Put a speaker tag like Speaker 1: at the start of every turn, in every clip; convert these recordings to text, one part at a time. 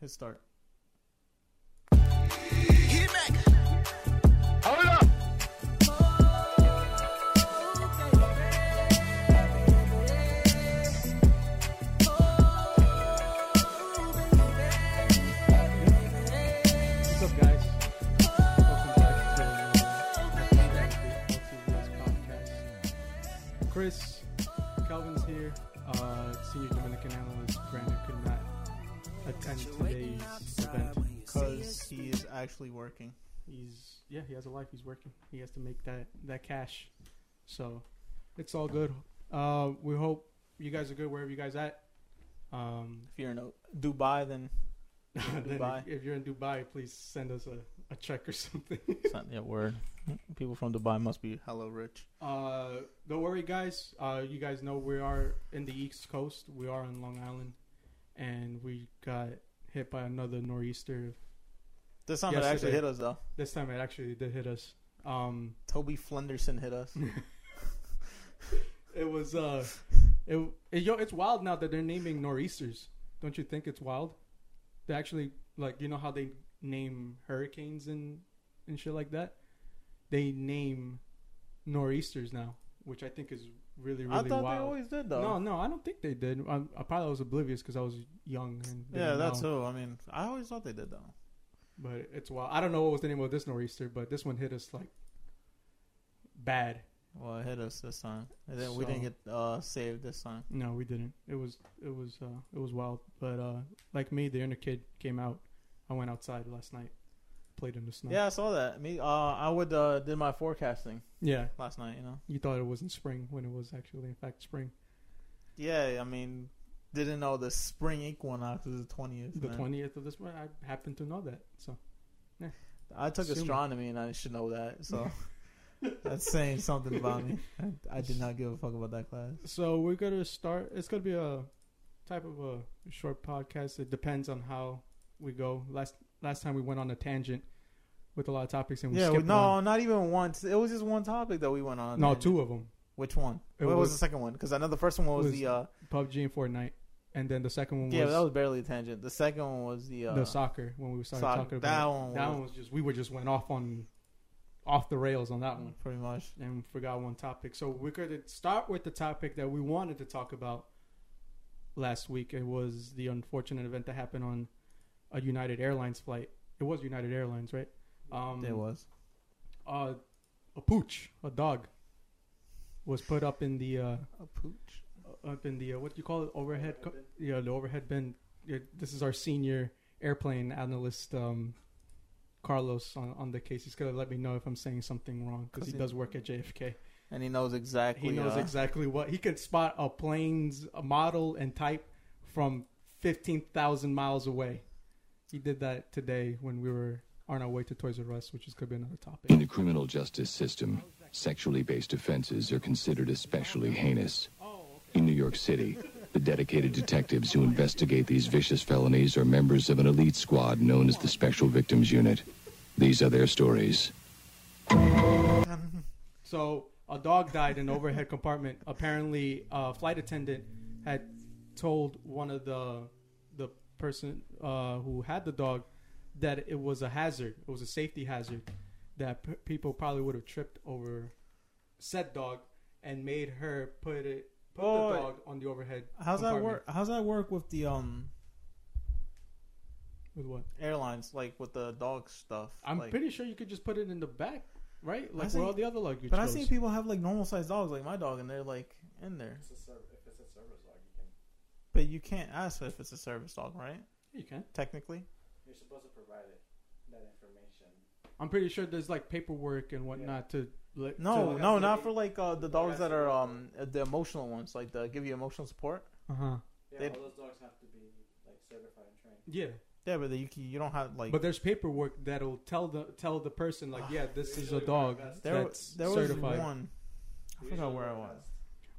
Speaker 1: his start.
Speaker 2: Hold up.
Speaker 1: What's up, guys? Welcome back to another LTVS podcast. Chris, Calvin's here. Uh, senior Dominican analyst Brandon could not attend today's event
Speaker 3: because he is actually working.
Speaker 1: he's yeah he has a life he's working he has to make that that cash so it's all good uh we hope you guys are good wherever you guys at um
Speaker 3: If you're in uh, Dubai, then
Speaker 1: then if-
Speaker 3: Dubai.
Speaker 1: If, you're in dubai please send us a, a check or something
Speaker 3: it's not that word. People from Dubai must be hello rich.
Speaker 1: uh don't worry guys uh you guys know we are in the east coast we are in long island and we got hit by another nor'easter
Speaker 3: This time it actually
Speaker 1: Yesterday.
Speaker 3: hit us though.
Speaker 1: this time it actually did hit us um
Speaker 3: Toby Flenderson hit us.
Speaker 1: it was uh it, it yo it's wild now that they're naming nor'easters don't you think it's wild they actually like you know how they name hurricanes and and shit like that they name nor'easters now which i think is really
Speaker 3: I
Speaker 1: really
Speaker 3: thought
Speaker 1: wild
Speaker 3: they always did though.
Speaker 1: no no i don't think they did i, I probably was oblivious because i was young and
Speaker 3: yeah,
Speaker 1: didn't
Speaker 3: that's
Speaker 1: know.
Speaker 3: who. I mean, I always thought they did though.
Speaker 1: but it's wild i don't know what was the name of this nor'easter but this one hit us like bad
Speaker 3: Well, it hit us this time. And then we
Speaker 1: So-
Speaker 3: didn't get uh, saved this time.
Speaker 1: No, we didn't. It was it was uh, it was wild. But uh, like me, the inner kid came out. I went outside last night, played in the snow.
Speaker 3: Yeah, I saw that. Me, uh, I would uh, did my forecasting
Speaker 1: yeah.
Speaker 3: last night. You know.
Speaker 1: You thought it wasn't spring when it was actually in fact spring.
Speaker 3: Yeah, I mean, didn't know the spring equinox is the twentieth.
Speaker 1: The twentieth of this month, I happen to know that. So
Speaker 3: I took
Speaker 1: Assuming.
Speaker 3: astronomy and I should know that, so that's saying something about me. I, I did not give a fuck about that class.
Speaker 1: so we're gonna start. It's gonna be a type of a short podcast. It depends on how we go. Last last time we went on a tangent with a lot of topics and we
Speaker 3: yeah, we-
Speaker 1: skipped
Speaker 3: no,
Speaker 1: one.
Speaker 3: not even once. It was just one topic that we went on.
Speaker 1: no
Speaker 3: And-
Speaker 1: two of them.
Speaker 3: Which one?
Speaker 1: It
Speaker 3: what was,
Speaker 1: was-
Speaker 3: the second one? Because I know the first one was,
Speaker 1: was-
Speaker 3: the. uh
Speaker 1: PUBG and Fortnite, and then the second one
Speaker 3: Yeah,
Speaker 1: was
Speaker 3: that was barely a tangent. The second one was the. Uh,
Speaker 1: the soccer when we started
Speaker 3: soc-
Speaker 1: talking
Speaker 3: that
Speaker 1: about
Speaker 3: one.
Speaker 1: that
Speaker 3: was
Speaker 1: one was just we were just went off on off the rails on that one
Speaker 3: pretty much.
Speaker 1: and forgot one topic. So we're gonna start with the topic that we wanted to talk about last week. It was the unfortunate event that happened on a United Airlines flight. It was United Airlines, right? Um,
Speaker 3: it was.
Speaker 1: Uh, a pooch, a dog, was put up in the uh,
Speaker 3: A pooch.
Speaker 1: up in the uh, what do you call it overhead co- yeah the overhead bin yeah, this is our senior airplane analyst um carlos on, on the case he's gonna let me know if i'm saying something wrong because
Speaker 3: 'Cause
Speaker 1: he
Speaker 3: he-
Speaker 1: does work at jfk
Speaker 3: And he knows exactly.
Speaker 1: he knows
Speaker 3: uh,
Speaker 1: exactly what he could spot a plane's model and type from 15000 miles away he did that today when we were on our way to toys r us which is gonna be another topic
Speaker 4: In the criminal justice system, sexually based offenses are considered especially heinous. In New York City, the dedicated detectives who investigate these vicious felonies are members of an elite squad known as the Special Victims Unit. These are their stories.
Speaker 1: So a dog died in the overhead compartment. Apparently, a flight attendant had told one of the the person uh, who had the dog that it was a hazard. It was a safety hazard that p- people probably would have tripped over said dog and made her put it put
Speaker 3: Oh,
Speaker 1: the dog on the overhead.
Speaker 3: How's that
Speaker 1: compartment.
Speaker 3: work? How's that work with the um
Speaker 1: With what?
Speaker 3: airlines, like with the dog stuff?
Speaker 1: I'm
Speaker 3: like,
Speaker 1: pretty sure you could just put it in the back, right? Like
Speaker 3: seen-
Speaker 1: where all the other luggage
Speaker 3: But I
Speaker 1: goes.
Speaker 3: see people have like normal sized dogs, like my dog, and they're like in there. But you can't ask if it's a service dog, right?
Speaker 1: you can.
Speaker 3: Technically,
Speaker 5: You're supposed to provide it, that information.
Speaker 1: I'm pretty sure there's like paperwork and whatnot to let.
Speaker 3: no,
Speaker 1: to,
Speaker 5: like,
Speaker 3: no, not
Speaker 5: that's like-
Speaker 3: for like uh, the dogs
Speaker 5: that's
Speaker 3: that are
Speaker 5: like-
Speaker 3: um the emotional ones, like the give you emotional support.
Speaker 1: Uh huh.
Speaker 5: Yeah,
Speaker 3: They'd-
Speaker 5: all those dogs have to be like certified and trained.
Speaker 1: Yeah.
Speaker 3: Yeah, but you can- you don't have like
Speaker 1: But there's paperwork that'll tell the tell the person like, yeah, this is a dog
Speaker 3: there.
Speaker 1: that's
Speaker 3: there was
Speaker 1: certified.
Speaker 3: one. I forgot where I was.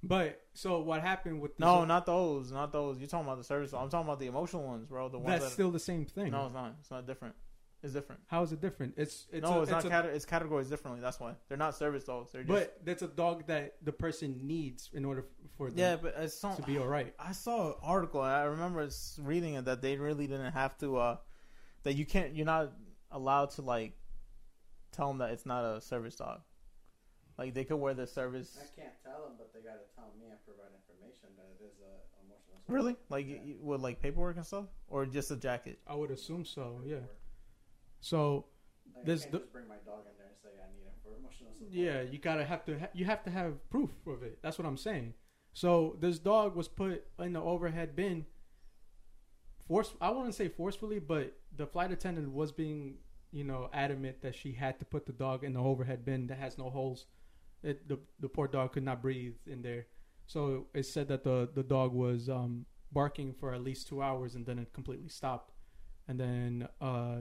Speaker 1: But so what happened with this
Speaker 3: No, not those, not those. You're talking about the service. I'm talking about the emotional ones, bro. The ones
Speaker 1: that's
Speaker 3: that
Speaker 1: still the same thing.
Speaker 3: no, it's not. It's not different. It's It's different.
Speaker 1: How is it different? It's it's
Speaker 3: no,
Speaker 1: a,
Speaker 3: it's, not.
Speaker 1: a-
Speaker 3: cate- it's categorized differently. That's why they're not service dogs. They're just
Speaker 1: but that's a dog that the person needs in order f- for them
Speaker 3: yeah. But it's some,
Speaker 1: to be all right.
Speaker 3: I saw an article. and I remember s- reading it that they really didn't have to. uh That you can't. You're not allowed to like tell them that it's not a service dog. Like they could wear the service.
Speaker 5: I can't tell them, but they gotta tell me and provide information that it is a emotional. support.
Speaker 3: Really? Like
Speaker 5: Yeah.
Speaker 3: y with like paperwork and stuff, or just a jacket?
Speaker 1: I would assume so. Yeah.
Speaker 5: Like,
Speaker 1: So
Speaker 5: I
Speaker 1: This
Speaker 5: can't
Speaker 1: do-
Speaker 5: just bring my dog in there and say I need him for emotional support.
Speaker 1: Yeah, you gotta have to. Ha- you have to have proof of it. That's what I'm saying. So this dog was put in the overhead bin. Force. I wouldn't say forcefully, but the flight attendant was being, you know, adamant that she had to put the dog in the overhead bin that has no holes. It, the the poor dog could not breathe in there. So it said that the the dog was um, barking for at least two hours, and then it completely stopped. And then, uh,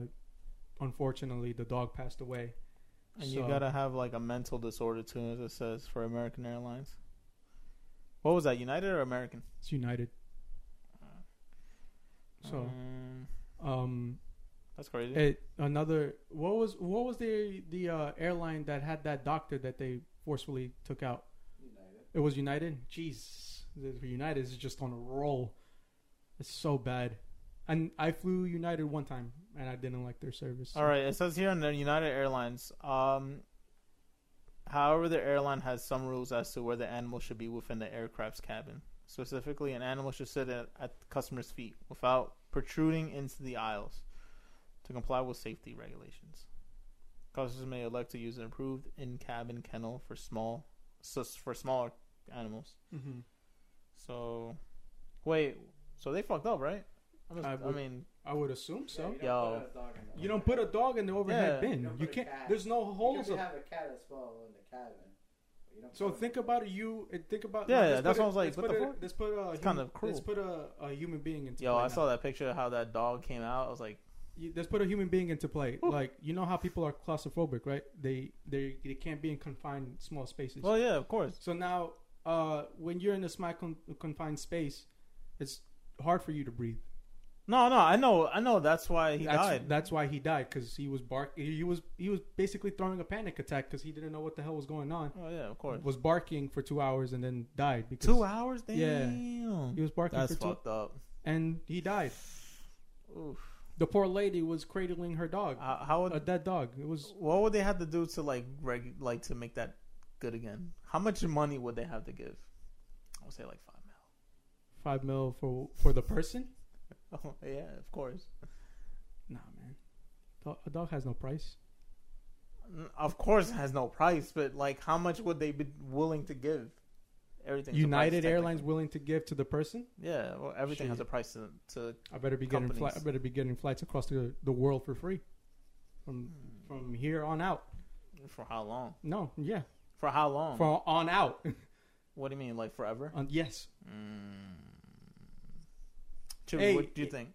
Speaker 1: unfortunately, the dog passed away.
Speaker 3: And you
Speaker 1: So-
Speaker 3: gotta have like a mental disorder too, as it says for American Airlines. What was that? United or American?
Speaker 1: It's United. So
Speaker 3: Um,
Speaker 1: um,
Speaker 3: that's crazy.
Speaker 1: it, another what was what was the the uh, airline that had that doctor that they forcefully took out?
Speaker 5: United.
Speaker 1: It was United. Jeez, the- United is just on a roll. It's so bad. And I flew United one time, and I didn't like their service.
Speaker 3: All right, it says here on the United Airlines. Um, however, the airline has some rules as to where the animal should be within the aircraft's cabin. Specifically, an animal should sit at, at the customer's feet without protruding into the aisles to comply with safety regulations. Customers may elect to use an improved in-cabin kennel for small sus- for smaller animals.
Speaker 1: Mhm.
Speaker 3: So, wait, so they fucked up, right? I, must,
Speaker 1: I
Speaker 3: I,
Speaker 1: would-
Speaker 3: mean,
Speaker 1: I would assume so.
Speaker 5: Yeah, you don't
Speaker 3: Yo.
Speaker 1: You don't put
Speaker 5: put a dog in the
Speaker 1: a dog in the overhead
Speaker 3: Yeah.
Speaker 1: bin.
Speaker 5: You
Speaker 1: You,
Speaker 5: don't put a
Speaker 1: can't.
Speaker 5: cat.
Speaker 1: There's no
Speaker 5: You
Speaker 1: holes.
Speaker 5: could
Speaker 1: Of,
Speaker 5: have a cat as well in the cabin. but you don't
Speaker 1: so
Speaker 5: put a-
Speaker 1: think about you. and Think about
Speaker 3: Yeah,
Speaker 1: let's
Speaker 3: yeah,
Speaker 1: put
Speaker 3: that's
Speaker 1: a-
Speaker 3: what I was like,
Speaker 1: let's
Speaker 3: what
Speaker 1: put
Speaker 3: the
Speaker 1: a-
Speaker 3: fuck?
Speaker 1: Let's put a
Speaker 3: It's
Speaker 1: human-
Speaker 3: kind of cruel.
Speaker 1: Let's put a, a human being into.
Speaker 3: yo,
Speaker 1: play
Speaker 3: I
Speaker 1: now.
Speaker 3: saw that picture of how that dog came out. I was like.
Speaker 1: you, let's put a human being into play. Like you know how people are claustrophobic, right? They they they can't be in confined small spaces.
Speaker 3: Well, yeah, of course.
Speaker 1: so now, uh, when you're in a small con- confined space, it's hard for you to breathe.
Speaker 3: No, no, I know, I know. That's why he
Speaker 1: that's,
Speaker 3: died.
Speaker 1: That's why he died because he was bark. He was he was basically throwing a panic attack because he didn't know what the hell was going on.
Speaker 3: oh yeah, of course.
Speaker 1: Was barking for two hours and then died because
Speaker 3: Two hours, damn.
Speaker 1: Yeah. he was barking
Speaker 3: That's
Speaker 1: for two,
Speaker 3: fucked up.
Speaker 1: and he died.
Speaker 3: Oof.
Speaker 1: The poor lady was cradling her dog,
Speaker 3: Uh, how
Speaker 1: a
Speaker 3: would
Speaker 1: dead dog. It was
Speaker 3: what would they have to do to like reg like to make that good again? How much money would they have to give? I would say like five mil.
Speaker 1: five mil for for the person.
Speaker 3: Oh yeah, of course.
Speaker 1: Nah, man. Dog, a dog has no price.
Speaker 3: N- Of course, it has no price, but like, how much would they be willing to give? Everything.
Speaker 1: United Airlines willing to give to the person.
Speaker 3: Yeah, well, everything
Speaker 1: Shit.
Speaker 3: has a price to, to
Speaker 1: I better be getting fli- I
Speaker 3: Companies.
Speaker 1: better be getting flights across the, the world for free. From
Speaker 3: Hmm.
Speaker 1: from here on out.
Speaker 3: for how long?
Speaker 1: No, yeah,
Speaker 3: For how long?
Speaker 1: from on out.
Speaker 3: what do you mean, like forever?
Speaker 1: On- yes,
Speaker 3: Chewy,
Speaker 1: Hey,
Speaker 3: what do you think?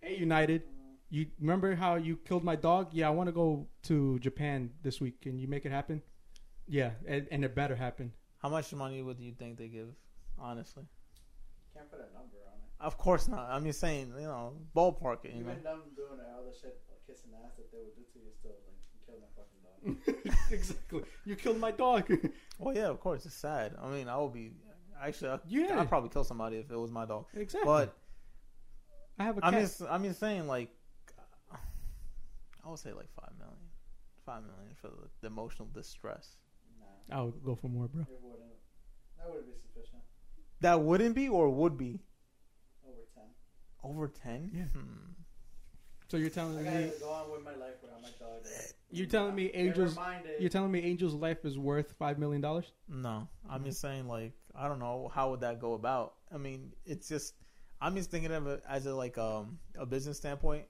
Speaker 1: hey United. You remember how you killed my dog? Yeah, I want to go to Japan this week. Can you make it happen? Yeah, and, and it better happen.
Speaker 3: How much money would you think they give? Honestly,
Speaker 5: Can't put a number on it.
Speaker 3: of course not. I'm just saying, you know, ballpark it. You know,
Speaker 5: Even them doing all the shit, like, kissing ass that they would do to you, still like you kill my fucking dog.
Speaker 1: exactly. You killed my dog.
Speaker 3: well, yeah, of course, it's sad. I mean, I would be actually, I,
Speaker 1: Yeah.
Speaker 3: I'd probably kill somebody if it was my dog.
Speaker 1: exactly.
Speaker 3: But
Speaker 1: I have a cat.
Speaker 3: I'm just, I'm just saying, like, I would say like five million, five million for the, the emotional distress.
Speaker 5: Nah,
Speaker 1: I'll go for more, bro.
Speaker 5: it wouldn't. That wouldn't be sufficient.
Speaker 3: That wouldn't be or would be
Speaker 5: Over ten.
Speaker 3: over ten.
Speaker 1: Yeah.
Speaker 3: Hmm.
Speaker 1: So you're telling
Speaker 5: I
Speaker 1: me
Speaker 5: gotta go on with my life without my dog.
Speaker 1: You're telling me Angel's-
Speaker 5: Never mind it.
Speaker 1: You're telling me Angel's life is worth five million dollars?
Speaker 3: No, I'm
Speaker 1: Mhm.
Speaker 3: just saying like I don't know how would that go about. I mean, it's just I'm just thinking of it as a like um a business standpoint.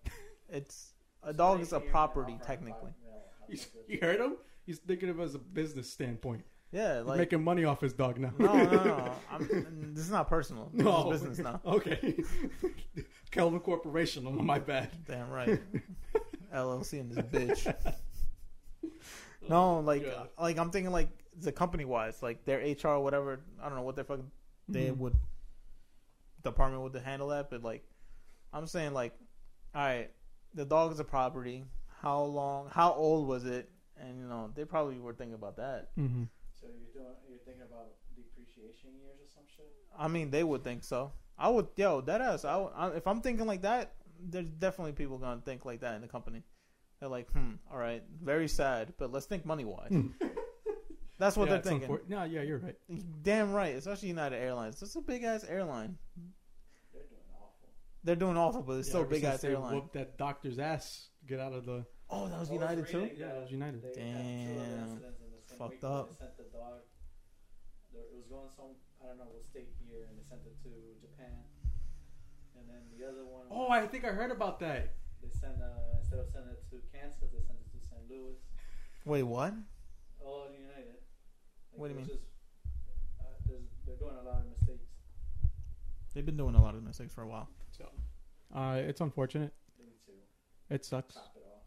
Speaker 3: It's a dog is a property technically.
Speaker 1: You heard him? He's thinking of it as a business standpoint.
Speaker 3: Yeah,
Speaker 1: He's
Speaker 3: like
Speaker 1: making money off his dog now.
Speaker 3: no, no, no. I'm, this is not personal. This
Speaker 1: No.
Speaker 3: is business now.
Speaker 1: okay. Kelvin Corporation. Oh my bad.
Speaker 3: Damn right. LLC in this bitch. No, like
Speaker 1: God.
Speaker 3: like I'm thinking like the company wise, like their HR whatever. I don't know what the fuck they
Speaker 1: Mhm.
Speaker 3: would department would handle that, but like I'm saying like, all right, the dog's a property. How long? How old was it? And you know, they probably were thinking about that.
Speaker 1: Mm-hmm.
Speaker 5: So you're doing, you're thinking about depreciation years or some shit.
Speaker 3: I mean, they would think so. I would, yo, that ass. I, would- I if I'm thinking like that, there's definitely people gonna think like that in the company. They're like, hmm, all right, very sad, but let's think money wise. That's what
Speaker 1: yeah,
Speaker 3: they're thinking.
Speaker 1: No, yeah, you're right.
Speaker 3: Damn right, especially United Airlines. That's a big ass airline.
Speaker 5: They're doing awful.
Speaker 3: They're doing awful, but it's
Speaker 1: yeah,
Speaker 3: still a
Speaker 1: ever
Speaker 3: big
Speaker 1: since
Speaker 3: ass
Speaker 1: they
Speaker 3: airline.
Speaker 1: whooped that doctor's ass. Get out of the.
Speaker 3: Oh, that was
Speaker 5: I was
Speaker 3: United too.
Speaker 5: reading-
Speaker 1: Yeah, it was United.
Speaker 5: They had two other
Speaker 3: Damn.
Speaker 5: incidents in the same
Speaker 3: Fucked
Speaker 5: week where
Speaker 3: up.
Speaker 5: They sent the dog. there- It was going some I don't know what state here, and they sent it to Japan. And then the other one.
Speaker 1: Oh,
Speaker 5: was-
Speaker 1: I think I heard about that.
Speaker 5: They sent uh, instead of sending it to Kansas, they sent it to St. Louis.
Speaker 3: Wait, what?
Speaker 5: All in United. Like,
Speaker 3: What do you
Speaker 5: it's
Speaker 3: mean?
Speaker 5: Just, uh, there's, they're doing a lot of mistakes.
Speaker 3: They've been doing a lot of mistakes for a while.
Speaker 1: So, uh, it's unfortunate.
Speaker 5: They need to
Speaker 1: It sucks.
Speaker 5: top it off.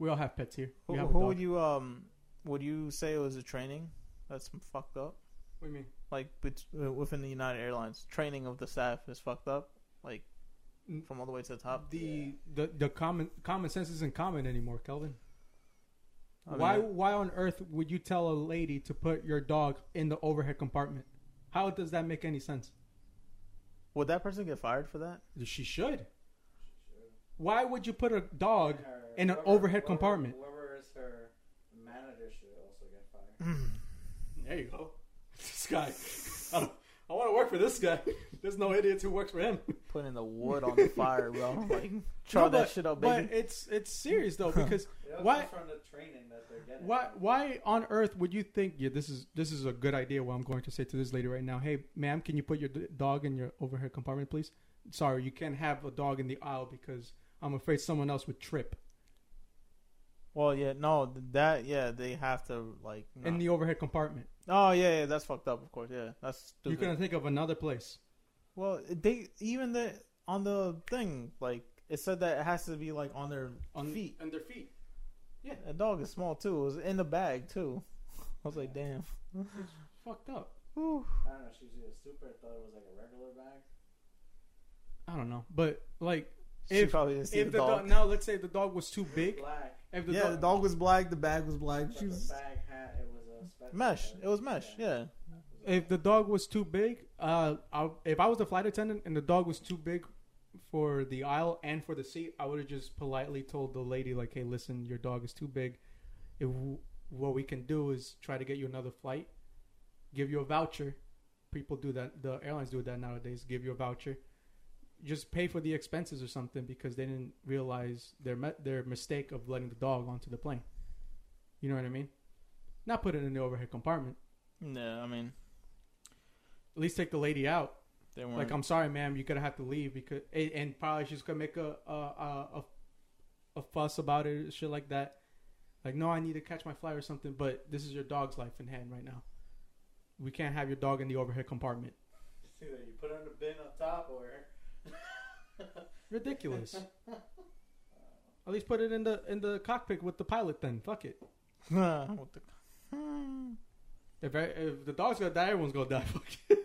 Speaker 1: We all have pets here.
Speaker 3: Who,
Speaker 1: We have a
Speaker 3: who
Speaker 1: dog.
Speaker 3: would you um? Would you say it was a training? That's fucked up.
Speaker 1: What do you mean?
Speaker 3: Like bet- uh, within the United Airlines, training of the staff is fucked up. Like
Speaker 1: Mm.
Speaker 3: from all the way to the top.
Speaker 1: The the the common common sense isn't common anymore, Kelvin.
Speaker 3: I mean,
Speaker 1: why
Speaker 3: it-
Speaker 1: why on earth would you tell a lady to put your dog in the overhead compartment? How does that make any sense?
Speaker 3: Would that person get fired for that?
Speaker 1: She should.
Speaker 5: Sure.
Speaker 1: Why would you put a dog?
Speaker 5: Her-
Speaker 1: in an
Speaker 5: whoever-
Speaker 1: overhead
Speaker 5: whoever-
Speaker 1: compartment.
Speaker 5: Whoever is her manager should also get fired.
Speaker 3: Mm.
Speaker 1: There you go. This guy. I, don't- I want to work for this guy. There's no idiots who works for him.
Speaker 3: Putting the wood on the fire, bro. Like char
Speaker 1: No,
Speaker 3: that
Speaker 1: but-
Speaker 3: shit up,
Speaker 1: But
Speaker 3: baby.
Speaker 1: it's it's serious though because
Speaker 5: It all
Speaker 1: Why-
Speaker 5: comes from the training that they're getting.
Speaker 1: why why on earth would you think yeah this is this is a good idea what I'm going to say to this lady right now hey ma'am can you put your d- dog in your overhead compartment please sorry you can't have a dog in the aisle because I'm afraid someone else would trip
Speaker 3: well, yeah, no, th- that yeah, they have to like.
Speaker 1: in
Speaker 3: nah.
Speaker 1: the overhead compartment
Speaker 3: oh yeah, yeah, that's fucked up. Of course, yeah, that's stupid.
Speaker 1: you can think of another place
Speaker 3: Well, they even the on the thing like it said that it has to be like on their
Speaker 1: on
Speaker 3: feet.
Speaker 1: on their feet
Speaker 3: A dog is small too. It was in the bag too. I was like, damn.
Speaker 1: fucked up
Speaker 3: Whew.
Speaker 5: I don't know. She was either stupid or thought it was like a regular bag.
Speaker 1: I don't know but like
Speaker 3: She
Speaker 1: If-
Speaker 3: probably didn't see
Speaker 1: if
Speaker 3: the,
Speaker 1: the
Speaker 3: dog.
Speaker 1: dog. now let's say the dog was too big
Speaker 5: Black.
Speaker 1: if the
Speaker 3: yeah,
Speaker 1: dog,
Speaker 3: the dog was black. The bag was black.
Speaker 5: But
Speaker 3: She was
Speaker 5: the bag hat, it was a spectrum,
Speaker 3: mesh.
Speaker 5: right?
Speaker 3: It was mesh. Yeah.
Speaker 1: if the dog was too big, uh, I, if I was the flight attendant and the dog was too big for the aisle and for the seat, I would have just politely told the lady like, "Hey, listen, your dog is too big. If what we can do is try to get you another flight, give you a voucher. People do that. The airlines do that nowadays. Give you a voucher." Just pay for the expenses or something because they didn't realize their me- their mistake of letting the dog onto the plane. You know what I mean? Not put it in the overhead compartment.
Speaker 3: Yeah. I mean,
Speaker 1: At least take the lady out.
Speaker 3: they weren't.
Speaker 1: Like, um, I'm sorry, ma'am, you're gonna have to leave because, and, and probably she's gonna make a a, a a a fuss about it, shit like that. Like, no, I need to catch my flight or something. But this is your dog's life in hand right now. We can't have your dog in the overhead compartment.
Speaker 5: It's either you put it in a bin on top or.
Speaker 1: Ridiculous. At least put it in the in the cockpit with the pilot. Then fuck it.
Speaker 3: what the? Hmm.
Speaker 1: If I, if the dog's gonna die, everyone's gonna die.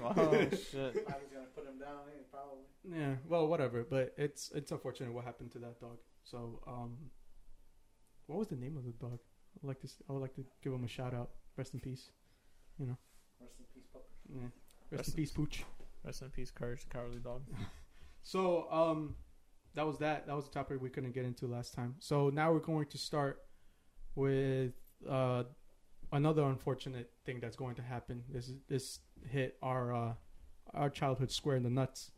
Speaker 1: Fuck it.
Speaker 3: Oh shit.
Speaker 5: I was gonna put him down. eh, Probably.
Speaker 1: Yeah, well, whatever. But it's it's unfortunate what happened to that dog. So, um, what was the name of the dog? I'd like to s- I would like to give him a shout out. Rest in peace.
Speaker 5: Rest in peace, puppy.
Speaker 1: Yeah. Rest,
Speaker 3: Rest
Speaker 1: in
Speaker 3: in
Speaker 1: peace, Pooch.
Speaker 3: Rest in peace, courage, the cowardly dog.
Speaker 1: So, um, that was that. That was a topic we couldn't get into last time. So now we're going to start with uh, another unfortunate thing that's going to happen. This this hit our uh, our childhood square in the nuts.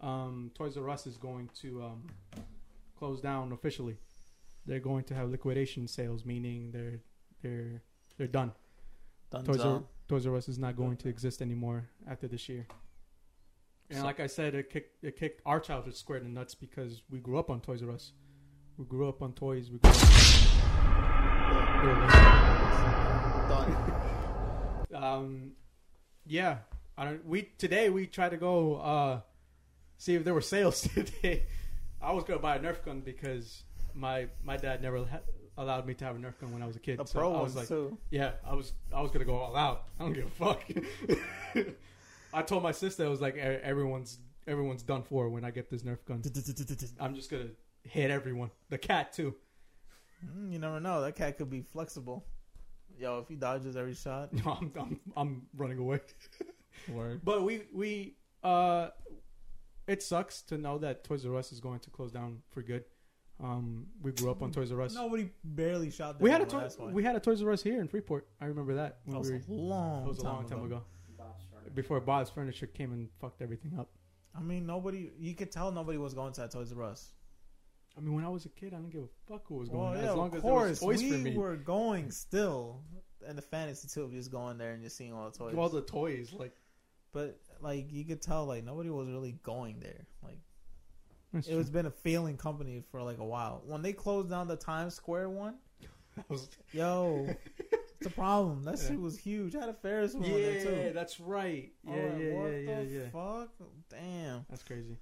Speaker 1: Um, Toys R Us is going to um, close down officially. They're going to have liquidation sales, meaning they're they're they're done. Toys R,
Speaker 3: Dunzo.
Speaker 1: Toys R Us is not going to exist anymore after this year. And
Speaker 3: So-
Speaker 1: like I said, it kicked it kicked our childhood square in the nuts because we grew up on Toys R Us. We grew up on toys. We grew up
Speaker 3: Done.
Speaker 1: um, yeah. I don't. We today we tried to go uh, see if there were sales today. I was gonna buy a Nerf gun because my my dad never ha- allowed me to have a Nerf gun when I was a kid.
Speaker 3: The
Speaker 1: so
Speaker 3: pro
Speaker 1: uh, I
Speaker 3: ones
Speaker 1: was like,
Speaker 3: too.
Speaker 1: Yeah, I was I was gonna go all out. I don't give a fuck. I told my sister I was like "E- everyone's everyone's done for when I get this Nerf gun. I'm just gonna hit everyone. The cat too.
Speaker 3: Mm, you never know. That cat could be flexible. Yo, if he dodges every shot,
Speaker 1: No, I'm, I'm, I'm running away.
Speaker 2: Word.
Speaker 1: But we we uh, it sucks to know that Toys R Us is going to close down for good. Um, we grew up on Toys R Us.
Speaker 2: Nobody barely shot.
Speaker 1: we had a
Speaker 2: them,
Speaker 1: toy,
Speaker 2: that's why.
Speaker 1: we had a Toys R Us here in Freeport. I remember that when
Speaker 2: That was
Speaker 1: we were,
Speaker 2: a long.
Speaker 1: that was a long time ago.
Speaker 5: Bob's Burgers.
Speaker 1: Before Bob's Furniture came and fucked everything up.
Speaker 3: I mean, nobody. You could tell nobody was going to that Toys R Us.
Speaker 1: I mean, when I was a kid, I didn't give a fuck what was going
Speaker 3: Well,
Speaker 1: on.
Speaker 3: Oh, yeah,
Speaker 1: as long
Speaker 3: of
Speaker 1: as
Speaker 3: course,
Speaker 1: there was
Speaker 3: we
Speaker 1: toys for me.
Speaker 3: were going still, and the fantasy too. of Just going there and just seeing all the toys.
Speaker 1: All the toys, like
Speaker 3: but like you could tell, like nobody was really going there. Like
Speaker 1: that's
Speaker 3: it was been a failing company for like a while. When they closed down the Times Square one,
Speaker 1: true. That was-
Speaker 3: yo, it's a problem. That shit was huge. I had a Ferris wheel in there
Speaker 1: yeah,
Speaker 3: too.
Speaker 1: that's right. Yeah,
Speaker 3: I'm like,
Speaker 1: yeah,
Speaker 3: what
Speaker 1: yeah, yeah,
Speaker 3: the
Speaker 1: yeah.
Speaker 3: fuck? Damn.
Speaker 1: That's crazy.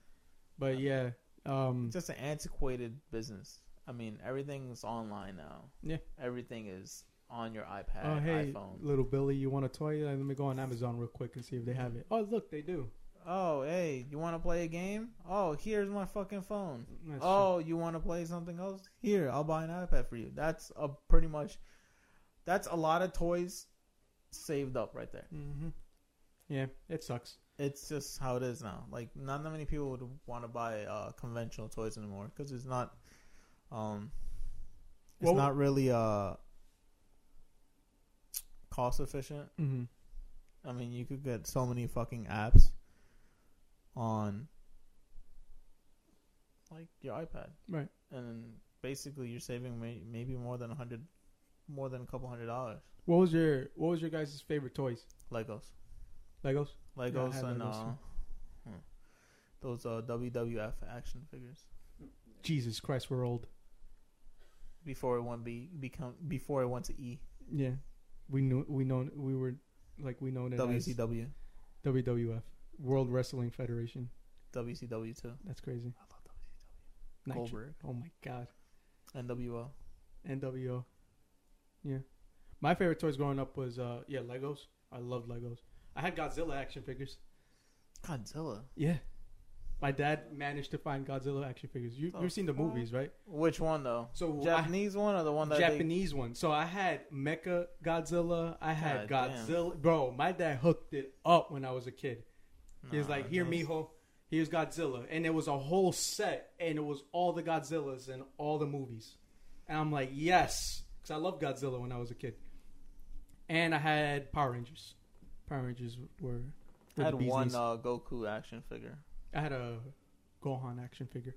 Speaker 1: But yeah, um,
Speaker 3: It's just an antiquated business. I mean, everything's online now.
Speaker 1: Yeah.
Speaker 3: Everything is on your iPad,
Speaker 1: Oh, hey,
Speaker 3: iPhone.
Speaker 1: little Billy, you want a toy? Uh, Let me go on Amazon real quick and see if they have it. Oh, look, they do.
Speaker 3: Oh, hey, you want to play a game? Oh, here's my fucking phone.
Speaker 1: That's
Speaker 3: oh, you want to play something else? Here, I'll buy an iPad for you. That's a pretty much that's a lot of toys saved up right there.
Speaker 1: hmm Yeah, it sucks.
Speaker 3: It's just how it is now. Like not that many people would want to buy uh, conventional toys anymore because it's not, um, it's
Speaker 1: Well-
Speaker 3: not really uh cost efficient.
Speaker 1: Mm-hmm.
Speaker 3: I mean, you could get so many fucking apps on like your iPad,
Speaker 1: Right.
Speaker 3: And basically, you're saving may- maybe more than a hundred, more than a couple hundred dollars.
Speaker 1: What was your What was your guys' favorite toys?
Speaker 3: Legos,
Speaker 1: Legos.
Speaker 3: Legos,
Speaker 1: had
Speaker 3: and
Speaker 1: Legos,
Speaker 3: uh, hmm. those uh, WWF action figures
Speaker 1: Jesus Christ, we're old.
Speaker 3: before it went be become before it went to E
Speaker 1: Yeah, we knew we known we were like we known it as
Speaker 3: WCW
Speaker 1: WWF World Wrestling Federation.
Speaker 3: WCW too.
Speaker 1: That's crazy.
Speaker 3: I love WCW.
Speaker 1: Nitro-
Speaker 3: Goldberg.
Speaker 1: Oh my god.
Speaker 3: NWO.
Speaker 1: NWO. Yeah. My favorite toys growing up was uh yeah, Legos. I loved Legos. I had Godzilla action figures.
Speaker 3: Godzilla.
Speaker 1: Yeah. My dad managed to find Godzilla action figures. You,
Speaker 3: The
Speaker 1: you've seen the
Speaker 3: fuck?
Speaker 1: movies, right?
Speaker 3: Which one though?
Speaker 1: So Japanese,
Speaker 3: Japanese one or the one that they
Speaker 1: Japanese one. So I had Mecha Godzilla. I had
Speaker 3: God damn.
Speaker 1: Godzilla. Bro, my dad hooked it up when I was a kid. He was
Speaker 3: Nah,
Speaker 1: like, "Here,
Speaker 3: those-
Speaker 1: mijo, here's Godzilla," and it was a whole set, and it was all the Godzillas and all the movies. And I'm like, "Yes," because I loved Godzilla when I was a kid. And I had Power Rangers. Power Rangers were. were
Speaker 3: I had
Speaker 1: the bee's
Speaker 3: one
Speaker 1: knees.
Speaker 3: uh, Goku action figure
Speaker 1: I had a Gohan action figure.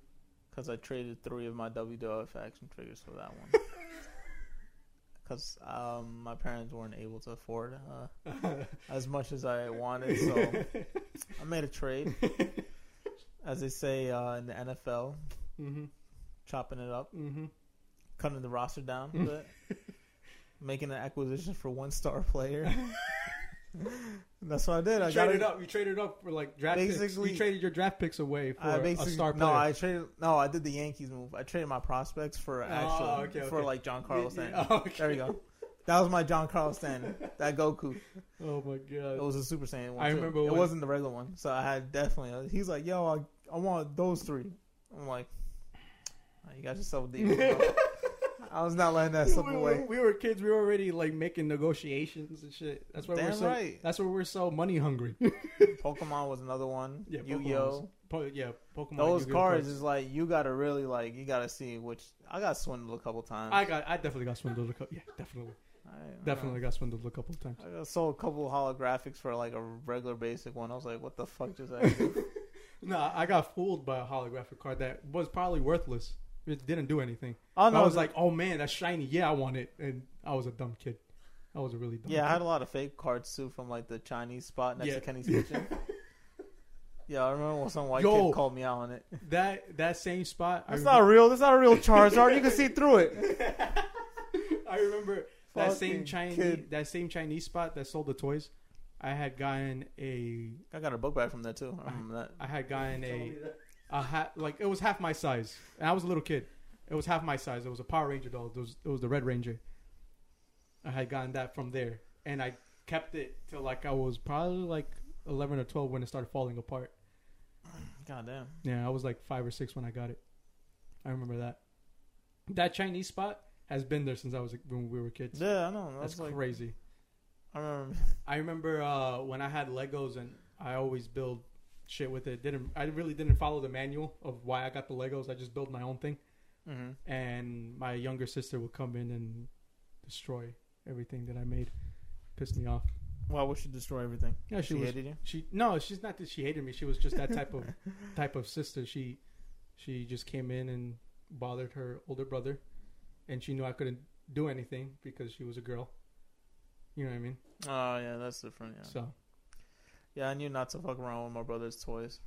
Speaker 3: because I traded three of my WWF action figures for that one. Because um, my parents weren't able to afford uh, as much as I wanted, so I made a trade. As they say uh, in the NFL,
Speaker 1: Mm-hmm.
Speaker 3: chopping it up,
Speaker 1: Mm-hmm.
Speaker 3: cutting the roster down a bit, making an acquisition for one star player. That's what I did. I
Speaker 1: You traded
Speaker 3: a-
Speaker 1: up. You traded up for like draft picks.
Speaker 3: Basically-
Speaker 1: You traded your draft picks away for
Speaker 3: I
Speaker 1: a
Speaker 3: basically
Speaker 1: star player.
Speaker 3: no, I traded no, I did the Yankees move. I traded my prospects for actual
Speaker 1: Oh, okay,
Speaker 3: for
Speaker 1: okay.
Speaker 3: like John Carlos
Speaker 1: Yeah,
Speaker 3: Stanton.
Speaker 1: yeah, okay.
Speaker 3: There you go. That was my John Carlos Stanton. That Goku.
Speaker 1: oh my
Speaker 3: It
Speaker 1: god!
Speaker 3: was a Super Saiyan one.
Speaker 1: I
Speaker 3: too.
Speaker 1: remember
Speaker 3: it
Speaker 1: when-
Speaker 3: wasn't the regular one, so I had definitely. uh, He's like, "Yo, I, I want those three. I'm like, "Oh, "You got yourself a deal." bro." I was not letting that slip
Speaker 1: we,
Speaker 3: away.
Speaker 1: Were, we were kids. We were already like making negotiations and shit. That's why we're
Speaker 3: Damn
Speaker 1: so.
Speaker 3: right.
Speaker 1: That's why we're so money hungry.
Speaker 3: Pokemon was another one.
Speaker 1: yeah,
Speaker 3: Yu-Gi-Oh.
Speaker 1: Pokemon's- Po- yeah, Pokemon.
Speaker 3: Those
Speaker 1: Yu-Gi-Oh
Speaker 3: cards is like you gotta really like you gotta see which I got swindled a couple times.
Speaker 1: I got. I definitely got swindled. A couple, yeah, definitely.
Speaker 3: I- I don't-
Speaker 1: Definitely got swindled a couple times.
Speaker 3: I sold a couple holographics for like a regular basic one. I was like, what the fuck just happened?
Speaker 1: No, I got fooled by a holographic card that was probably worthless. It didn't do anything.
Speaker 3: oh,
Speaker 1: And
Speaker 3: no,
Speaker 1: I was like, oh man, that's shiny. Yeah, I want it. And I was a dumb kid. I was a really dumb.
Speaker 3: yeah, I
Speaker 1: kid.
Speaker 3: had a lot of fake cards too from like the Chinese spot next
Speaker 1: Yeah.
Speaker 3: to Kenny's Kitchen. yeah, I remember when some white
Speaker 1: Yo.
Speaker 3: kid called me out on it.
Speaker 1: that that same spot.
Speaker 3: That's
Speaker 1: I,
Speaker 3: not real. That's not a real Charizard. you can see through it.
Speaker 1: remember, I remember that same
Speaker 3: Fucking
Speaker 1: Chinese
Speaker 3: kid.
Speaker 1: that same Chinese spot that sold the toys. I had gotten a
Speaker 3: I got a book bag from that too. I remember that.
Speaker 1: I had gotten
Speaker 5: Told
Speaker 1: a
Speaker 5: me that.
Speaker 1: a hat like it was half my size, and I was a little kid. It was half my size. It was a Power Ranger doll. It was, it was the Red Ranger. I had gotten that from there, and I kept it till like I was probably like eleven or twelve when it started falling apart.
Speaker 3: God damn.
Speaker 1: Yeah, I was like five or six when I got it. I I remember that. That Chinese spot has been there since I was when we were kids.
Speaker 3: Yeah, I know.
Speaker 1: That's
Speaker 3: That's like
Speaker 1: crazy.
Speaker 3: I remember.
Speaker 1: I remember uh, when I had Legos and I always build shit with it. Didn't I really didn't follow the manual of why I got the Legos. I just built my own thing,
Speaker 3: hmm
Speaker 1: and my younger sister would come in and destroy everything that I made. Pissed me off.
Speaker 3: Well, we should destroy everything.
Speaker 1: Yeah, she,
Speaker 3: she
Speaker 1: was.
Speaker 3: hated you.
Speaker 1: She no, she's not that she hated me. She was just that type of type of sister. She she just came in and bothered her older brother, and she knew I couldn't do anything because she was a girl. You know what I mean?
Speaker 3: Oh yeah, that's different. Yeah.
Speaker 1: So
Speaker 3: yeah, I knew not to fuck around with my brother's toys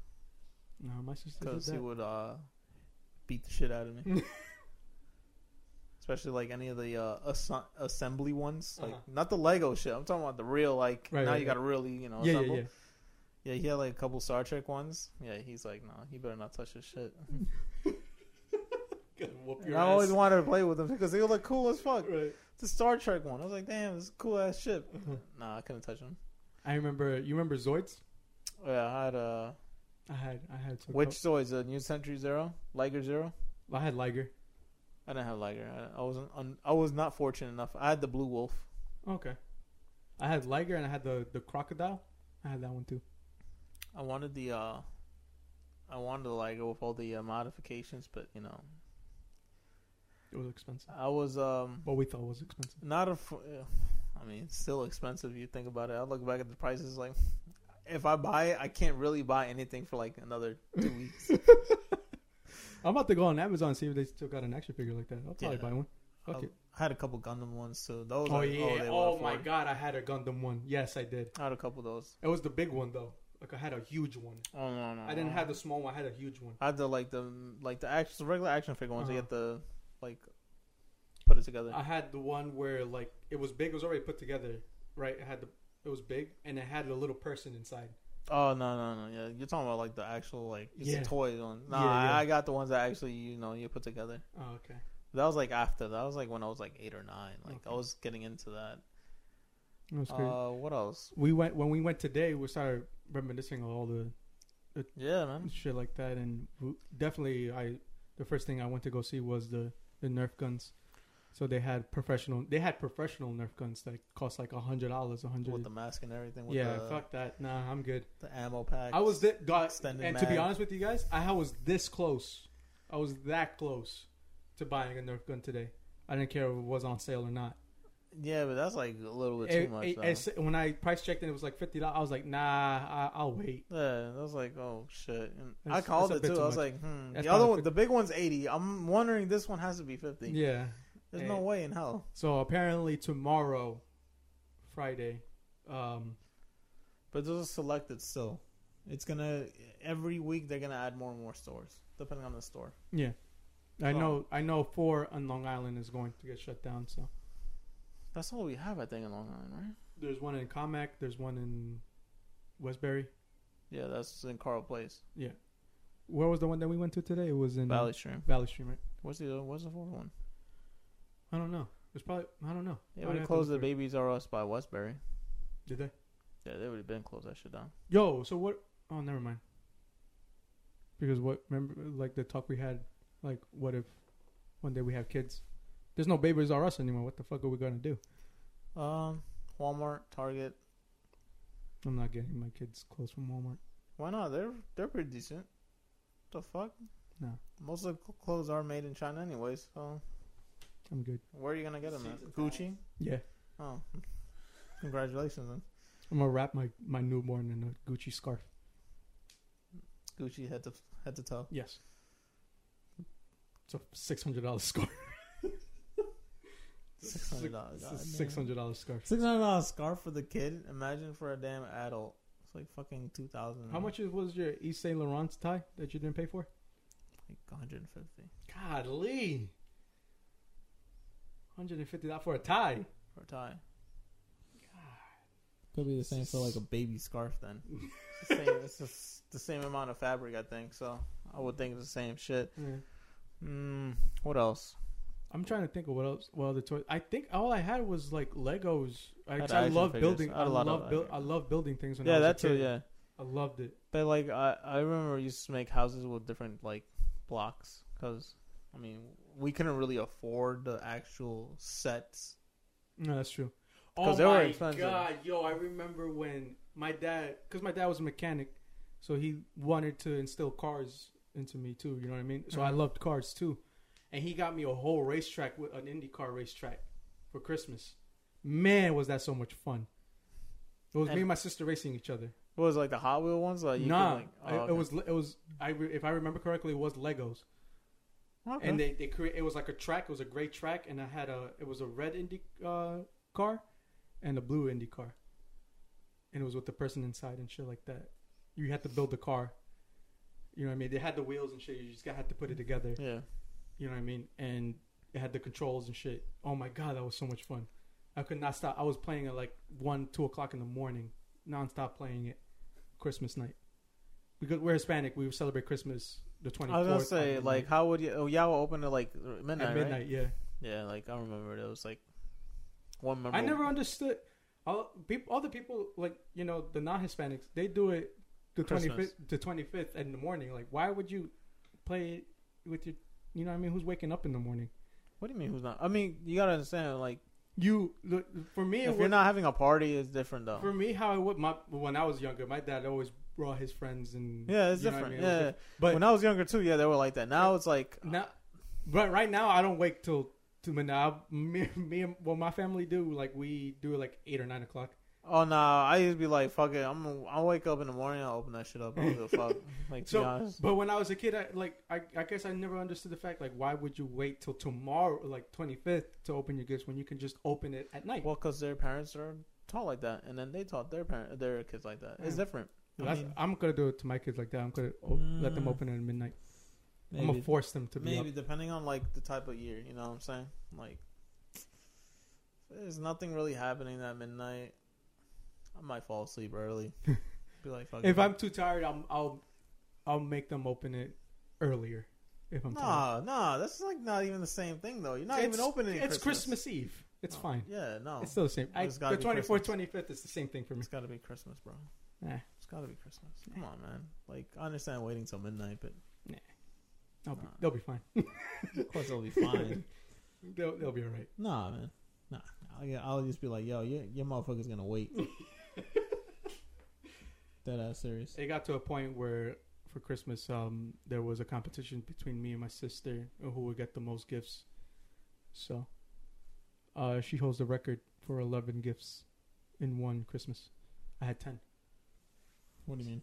Speaker 1: no, my sister did
Speaker 3: because he
Speaker 1: that.
Speaker 3: would uh beat the shit out of me. Especially like any of the uh, assi- assembly ones, like
Speaker 1: Uh-huh.
Speaker 3: not the Lego shit. I'm talking about the real, like
Speaker 1: Right,
Speaker 3: now
Speaker 1: right,
Speaker 3: you got to really, you know,
Speaker 1: yeah, yeah,
Speaker 3: assemble.
Speaker 1: yeah.
Speaker 3: Yeah, he had like a couple Star Trek ones. Yeah, he's like, no, you better not touch this shit.
Speaker 1: Gonna whoop
Speaker 3: And I always wanted to play with them because they look cool as fuck.
Speaker 1: Right.
Speaker 3: The Star Trek one, I was like, damn, this is a cool ass ship.
Speaker 1: Uh-huh.
Speaker 3: Nah, I couldn't touch them.
Speaker 1: I remember. You remember Zoids?
Speaker 3: Yeah, I had uh,
Speaker 1: I had. I had. Some
Speaker 3: which toys? Uh, New Century Zero, Liger Zero.
Speaker 1: I had Liger.
Speaker 3: I didn't have Liger. I, I wasn't. Un, I was not fortunate enough. I had the Blue Wolf.
Speaker 1: Okay. I had Liger and I had the the crocodile. I had that one too.
Speaker 3: I wanted the. uh I wanted the Liger with all the uh, modifications, but you know,
Speaker 1: It was expensive.
Speaker 3: I was um
Speaker 1: What we thought was expensive.
Speaker 3: not a. fr- uh, I mean, it's still expensive. You think about it. I look back at the prices. Like, if I buy it, I can't really buy anything for like another two weeks.
Speaker 1: I'm about to go on Amazon and see if they still got an action figure like that. I'll probably
Speaker 3: Yeah.
Speaker 1: buy one.
Speaker 3: I,
Speaker 1: Okay.
Speaker 3: I had a couple Gundam ones too. Those.
Speaker 1: Oh
Speaker 3: I-
Speaker 1: yeah!
Speaker 3: they were
Speaker 1: Oh, my
Speaker 3: affordable.
Speaker 1: god! I had a Gundam one. Yes, I did.
Speaker 3: I had a couple of those.
Speaker 1: It was the big one though. Like I had a huge one.
Speaker 3: Oh no, no.
Speaker 1: I didn't
Speaker 3: no.
Speaker 1: have the small one. I had a huge one.
Speaker 3: I had the like the like the action the regular action figure ones. You
Speaker 1: Uh-huh.
Speaker 3: get the like put it together.
Speaker 1: I had the one where like it was big. It was already put together, right? It had the it was big and it had a little person inside.
Speaker 3: oh no no no yeah. You're talking about like the actual like it's
Speaker 1: Yeah.
Speaker 3: the toys one. Nah,
Speaker 1: Yeah, yeah.
Speaker 3: I, I got the ones that actually you know you put together.
Speaker 1: Oh, okay.
Speaker 3: That was like after that was like when I was like eight or nine. Like I
Speaker 1: Okay.
Speaker 3: was getting into that.
Speaker 1: That was crazy.
Speaker 3: Uh, what else?
Speaker 1: we went when we went today. We started reminiscing of all the
Speaker 3: Yeah, man.
Speaker 1: shit like that, and w- definitely, I the first thing I went to go see was the the Nerf guns. So they had professional. They had professional Nerf guns that cost like a hundred dollars, a
Speaker 3: With
Speaker 1: hundred.
Speaker 3: the mask and everything. With
Speaker 1: Yeah,
Speaker 3: the,
Speaker 1: fuck that. Nah, I'm good.
Speaker 3: the ammo pack.
Speaker 1: I was thi- got,
Speaker 3: Extended
Speaker 1: and to be
Speaker 3: mag.
Speaker 1: honest with you guys, I was this close. I was that close to buying a Nerf gun today. I didn't care if it was on sale or not.
Speaker 3: Yeah, but that's like a little bit
Speaker 1: It-
Speaker 3: too much.
Speaker 1: it-
Speaker 3: though.
Speaker 1: it's- when I price checked and it was like fifty dollars, I was like, nah, I, I'll wait.
Speaker 3: Yeah, I was like, oh shit. And I
Speaker 1: That's-
Speaker 3: called
Speaker 1: that's a
Speaker 3: it
Speaker 1: bit
Speaker 3: too.
Speaker 1: too
Speaker 3: I was
Speaker 1: much.
Speaker 3: like, hmm.
Speaker 1: That's
Speaker 3: the other
Speaker 1: probably
Speaker 3: one, the big one's eighty. I'm wondering this one has to be fifty.
Speaker 1: Yeah.
Speaker 3: There's no
Speaker 1: Eh.
Speaker 3: way in hell.
Speaker 1: So apparently tomorrow, Friday, um,
Speaker 3: But those are selected still. It's gonna every week they're gonna add more and more stores depending on the store.
Speaker 1: yeah, I
Speaker 3: So-
Speaker 1: know I know four on Long Island is going to get shut down. So
Speaker 3: That's all we have, I think, in Long Island, right?
Speaker 1: there's one in Comac, there's one in Westbury.
Speaker 3: Yeah, that's in Carl Place,
Speaker 1: Where was the one that we went to today? It was in uh,
Speaker 3: Valley Stream.
Speaker 1: Valley Stream, right?
Speaker 3: What's the what's the fourth one?
Speaker 1: I don't know. It's probably I don't know.
Speaker 3: They
Speaker 1: I'd
Speaker 3: already
Speaker 1: have to
Speaker 3: closed the
Speaker 1: look for it.
Speaker 3: Babies R Us by Westbury.
Speaker 1: Did they?
Speaker 3: Yeah, they already been closed that shit down.
Speaker 1: Yo, so what? Oh, never mind. Because what? Remember, like the talk we had, like what if one day we have kids? There's no babies R Us anymore. What the fuck are we gonna do?
Speaker 3: Um, Walmart, Target.
Speaker 1: I'm not getting my kids clothes from Walmart.
Speaker 3: Why not? They're they're pretty decent. The fuck?
Speaker 1: No.
Speaker 3: Most of the clothes are made in China, anyways. So
Speaker 1: I'm good.
Speaker 3: where are you gonna get them
Speaker 5: Seeds
Speaker 3: at?
Speaker 5: and
Speaker 3: Gucci.
Speaker 1: Yeah,
Speaker 3: Oh, congratulations! Then.
Speaker 1: I'm gonna wrap my my newborn in a Gucci scarf.
Speaker 3: Gucci head to head to toe.
Speaker 1: Yes. It's a six hundred dollar scarf.
Speaker 3: Six hundred dollars.
Speaker 1: Six hundred dollar scarf.
Speaker 3: Six hundred dollars scarf for the kid. Imagine for a damn adult. It's like fucking two thousand.
Speaker 1: How much was your East Saint Laurent tie that you didn't pay for?
Speaker 3: Like one hundred and fifty
Speaker 1: Godly. Hundred and fifty dollars for a tie.
Speaker 3: for a tie. Could be the same for like a baby scarf then. It's the same. It's just the same amount of fabric, I think. So I would think it's the same shit. Mm, what else?
Speaker 1: I'm trying to think of what else. What other toys? I think all I had was like Legos. I,
Speaker 3: I had
Speaker 1: 'cause I
Speaker 3: action
Speaker 1: love
Speaker 3: figures.
Speaker 1: building.
Speaker 3: I
Speaker 1: I,
Speaker 3: had a lot of
Speaker 1: love build.
Speaker 3: action
Speaker 1: I love building things. When I
Speaker 3: yeah,
Speaker 1: was a
Speaker 3: that too.
Speaker 1: kid.
Speaker 3: Yeah,
Speaker 1: I loved it.
Speaker 3: but like I, I remember we used to make houses with different like blocks because I mean, we couldn't really afford the actual sets.
Speaker 1: No, that's true.
Speaker 3: 'Cause
Speaker 1: Oh
Speaker 3: they were
Speaker 1: my
Speaker 3: expensive.
Speaker 1: god, yo! I remember when my dad, because my dad was a mechanic, so he wanted to instill cars into me too. You know what I mean? So
Speaker 3: Mm-hmm.
Speaker 1: I loved cars too, and he got me a whole racetrack with an IndyCar racetrack for Christmas. Man, was that so much fun! It was
Speaker 3: And-
Speaker 1: me and my sister racing each other.
Speaker 3: What was it, like the Hot Wheel ones? Like you
Speaker 1: nah,
Speaker 3: could, like, oh,
Speaker 1: I- it was it was I re- if I remember correctly, it was Legos.
Speaker 3: Oh,
Speaker 1: and they they create it was like a track. It was a gray track, and I had a it was a red Indy uh, car, and a blue Indy car, and it was with the person inside and shit like that. You had to build the car. You know what I mean? They had the wheels and shit. You just got had to put it together.
Speaker 3: yeah.
Speaker 1: You know what I mean? And it had the controls and shit. Oh my god, that was so much fun. I could not stop. I was playing at like one, two o'clock in the morning, nonstop playing it, Christmas night. Because we're Hispanic, we celebrate Christmas the twenty
Speaker 3: I
Speaker 1: fourth.
Speaker 3: was gonna say like how would you? Oh, y'all were open at like midnight,
Speaker 1: at
Speaker 3: right?
Speaker 1: midnight, yeah.
Speaker 3: Yeah, like I remember it was like one. Memorable.
Speaker 1: I never understood. All people, all the people, like you know, the non-Hispanics, they do it the twenty
Speaker 3: Christmas.
Speaker 1: fifth, the twenty fifth in the morning. Like, why would you play it with your, you know, what I mean, who's waking up in the morning?
Speaker 3: What do you mean? Who's not? I mean, you gotta understand. Like,
Speaker 1: You, look, for me, it
Speaker 3: if
Speaker 1: was,
Speaker 3: you're not having a party, it's different though.
Speaker 1: for me, how I would my when I was younger, my dad always brought his friends and
Speaker 3: Yeah, it's
Speaker 1: you know what I
Speaker 3: different.
Speaker 1: mean? It was
Speaker 3: yeah,
Speaker 1: different. but
Speaker 3: when I was younger too, yeah, they were like that. Now it's like
Speaker 1: now, but right now I don't wake till two minutes. I, me, me and well, my family do like we do it like eight or nine o'clock.
Speaker 3: Oh no, I used to be like, fuck it. I'm gonna- I'll wake up in the morning. I'll open that shit up. I don't give a fuck. Like to be
Speaker 1: So,
Speaker 3: honest,
Speaker 1: but when I was a kid, I like I, I guess I never understood the fact like why would you wait till tomorrow, like twenty fifth, to open your gifts when you can just open it at night.
Speaker 3: well, because their parents are taught like that, and then they taught their parent their kids like that. It's
Speaker 1: Yeah.
Speaker 3: different. I
Speaker 1: That's,
Speaker 3: mean,
Speaker 1: I'm gonna do it to my kids like that. I'm gonna o- let them
Speaker 2: Mm.
Speaker 1: open it at midnight. I'm
Speaker 2: Maybe.
Speaker 1: gonna force them to be
Speaker 3: maybe
Speaker 1: up.
Speaker 3: depending on like the type of year, you know what I'm saying? Like, there's nothing really happening at midnight. I might fall asleep early. be like, fuck
Speaker 1: If
Speaker 3: it.
Speaker 1: I'm too tired, I'm, I'll I'll make them open it earlier. If I'm tired,
Speaker 3: nah, nah, that's like not even the same thing though. You're not even
Speaker 1: It's-
Speaker 3: opening.
Speaker 1: It's Christmas Eve. It's
Speaker 3: No.
Speaker 1: fine.
Speaker 3: Yeah, no,
Speaker 1: It's still the same. I,
Speaker 3: It's gotta
Speaker 1: the
Speaker 3: be
Speaker 1: 24th,
Speaker 3: Christmas.
Speaker 1: 25th is the same thing for me.
Speaker 3: It's got to be Christmas, bro.
Speaker 1: Nah.
Speaker 3: It's got to be Christmas. Come on, man. Like, I understand waiting till midnight, but
Speaker 1: They'll be,
Speaker 3: Nah.
Speaker 1: they'll be fine.
Speaker 2: Of course, it'll be fine.
Speaker 1: They'll, they'll be all right.
Speaker 2: nah, man. Nah. I'll, get- I'll just be like, yo, your, your motherfucker's gonna wait. Dead ass serious.
Speaker 1: it got to a point where for Christmas, um, there was a competition between me and my sister of who would get the most gifts. So, uh, she holds the record for eleven gifts in one Christmas. I had ten
Speaker 2: What do you mean?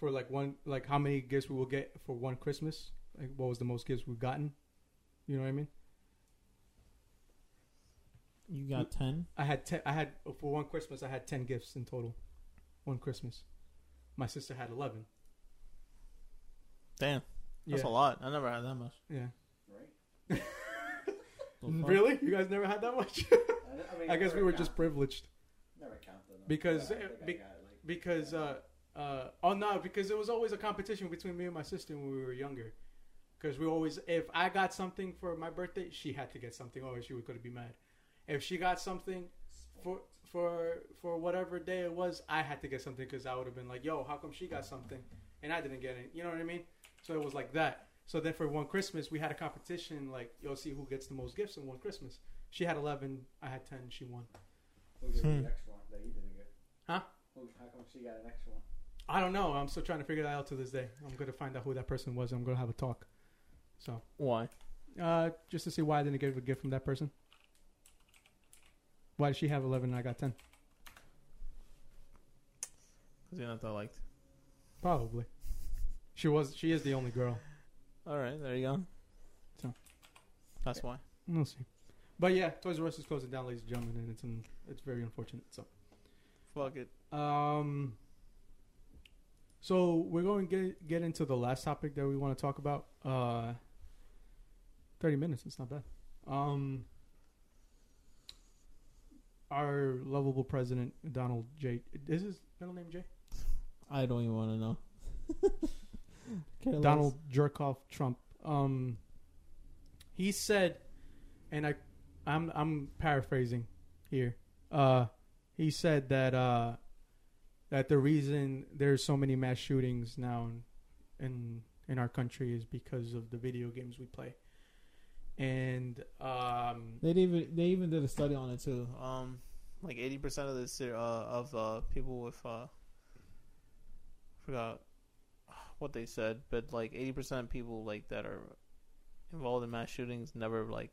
Speaker 1: for like one, like how many gifts we will get for one Christmas. Like what was the most gifts we've gotten? You know what I mean?
Speaker 2: You got ten?
Speaker 1: I had ten. I had for one Christmas. I had ten gifts in total. One Christmas, my sister had eleven.
Speaker 3: damn, that's
Speaker 1: yeah.
Speaker 3: a lot. I never had that much.
Speaker 1: Yeah.
Speaker 5: Right?
Speaker 2: The fuck?
Speaker 1: Really? You guys never had that much?
Speaker 5: I, I mean,
Speaker 1: I guess
Speaker 5: never
Speaker 1: we were
Speaker 5: count-
Speaker 1: just privileged.
Speaker 5: never count them.
Speaker 1: Because-
Speaker 5: I think I
Speaker 1: be-
Speaker 5: got, like,
Speaker 1: because uh, uh, oh no, because it was always a competition between me and my sister when we were younger. Because we always, if I got something for my birthday, she had to get something, or she was going to be mad. If she got something for for for whatever day it was, I had to get something because I would have been like, "Yo, how come she got something and I didn't get it?" You know what I mean? So it was like that. So then for one Christmas, we had a competition like, "Yo, see who gets the most gifts in one Christmas." She had eleven, I had ten. She won.
Speaker 5: Who gave you the extra one that you didn't get?
Speaker 1: Huh?
Speaker 5: Who, how come she got an extra one?
Speaker 1: I don't know. I'm still trying to figure that out to this day. I'm going to find out who that person was. I'm going to have a talk. So,
Speaker 3: Why?
Speaker 1: uh, just to see why I didn't get a gift from that person. Why did she have 11 and I got 10?
Speaker 3: Because you're not that liked.
Speaker 1: Probably. She was. She is the only girl.
Speaker 3: All right, there you go.
Speaker 1: So.
Speaker 3: that's why.
Speaker 1: We'll see. But yeah, Toys R Us is closing down, ladies and gentlemen, and it's un, it's very unfortunate. So,
Speaker 3: Fuck it.
Speaker 1: um, so we're going to get get into the last topic that we want to talk about. Uh, 30 minutes. It's not bad. Um, our lovable president, Donald J. Is his middle name J?
Speaker 2: I don't even want to know. Care less.
Speaker 1: Donald Jerkoff Trump. Um, he said, and I, I'm I'm paraphrasing here. Uh, he said that uh, that the reason there's so many mass shootings now in, in in our country is because of the video games we play, and um,
Speaker 2: They even they even did a study on it too.
Speaker 3: Um, like eighty percent of the ser- uh, of uh, people with uh, forgot what they said, but like eighty percent of people like that are involved in mass shootings never like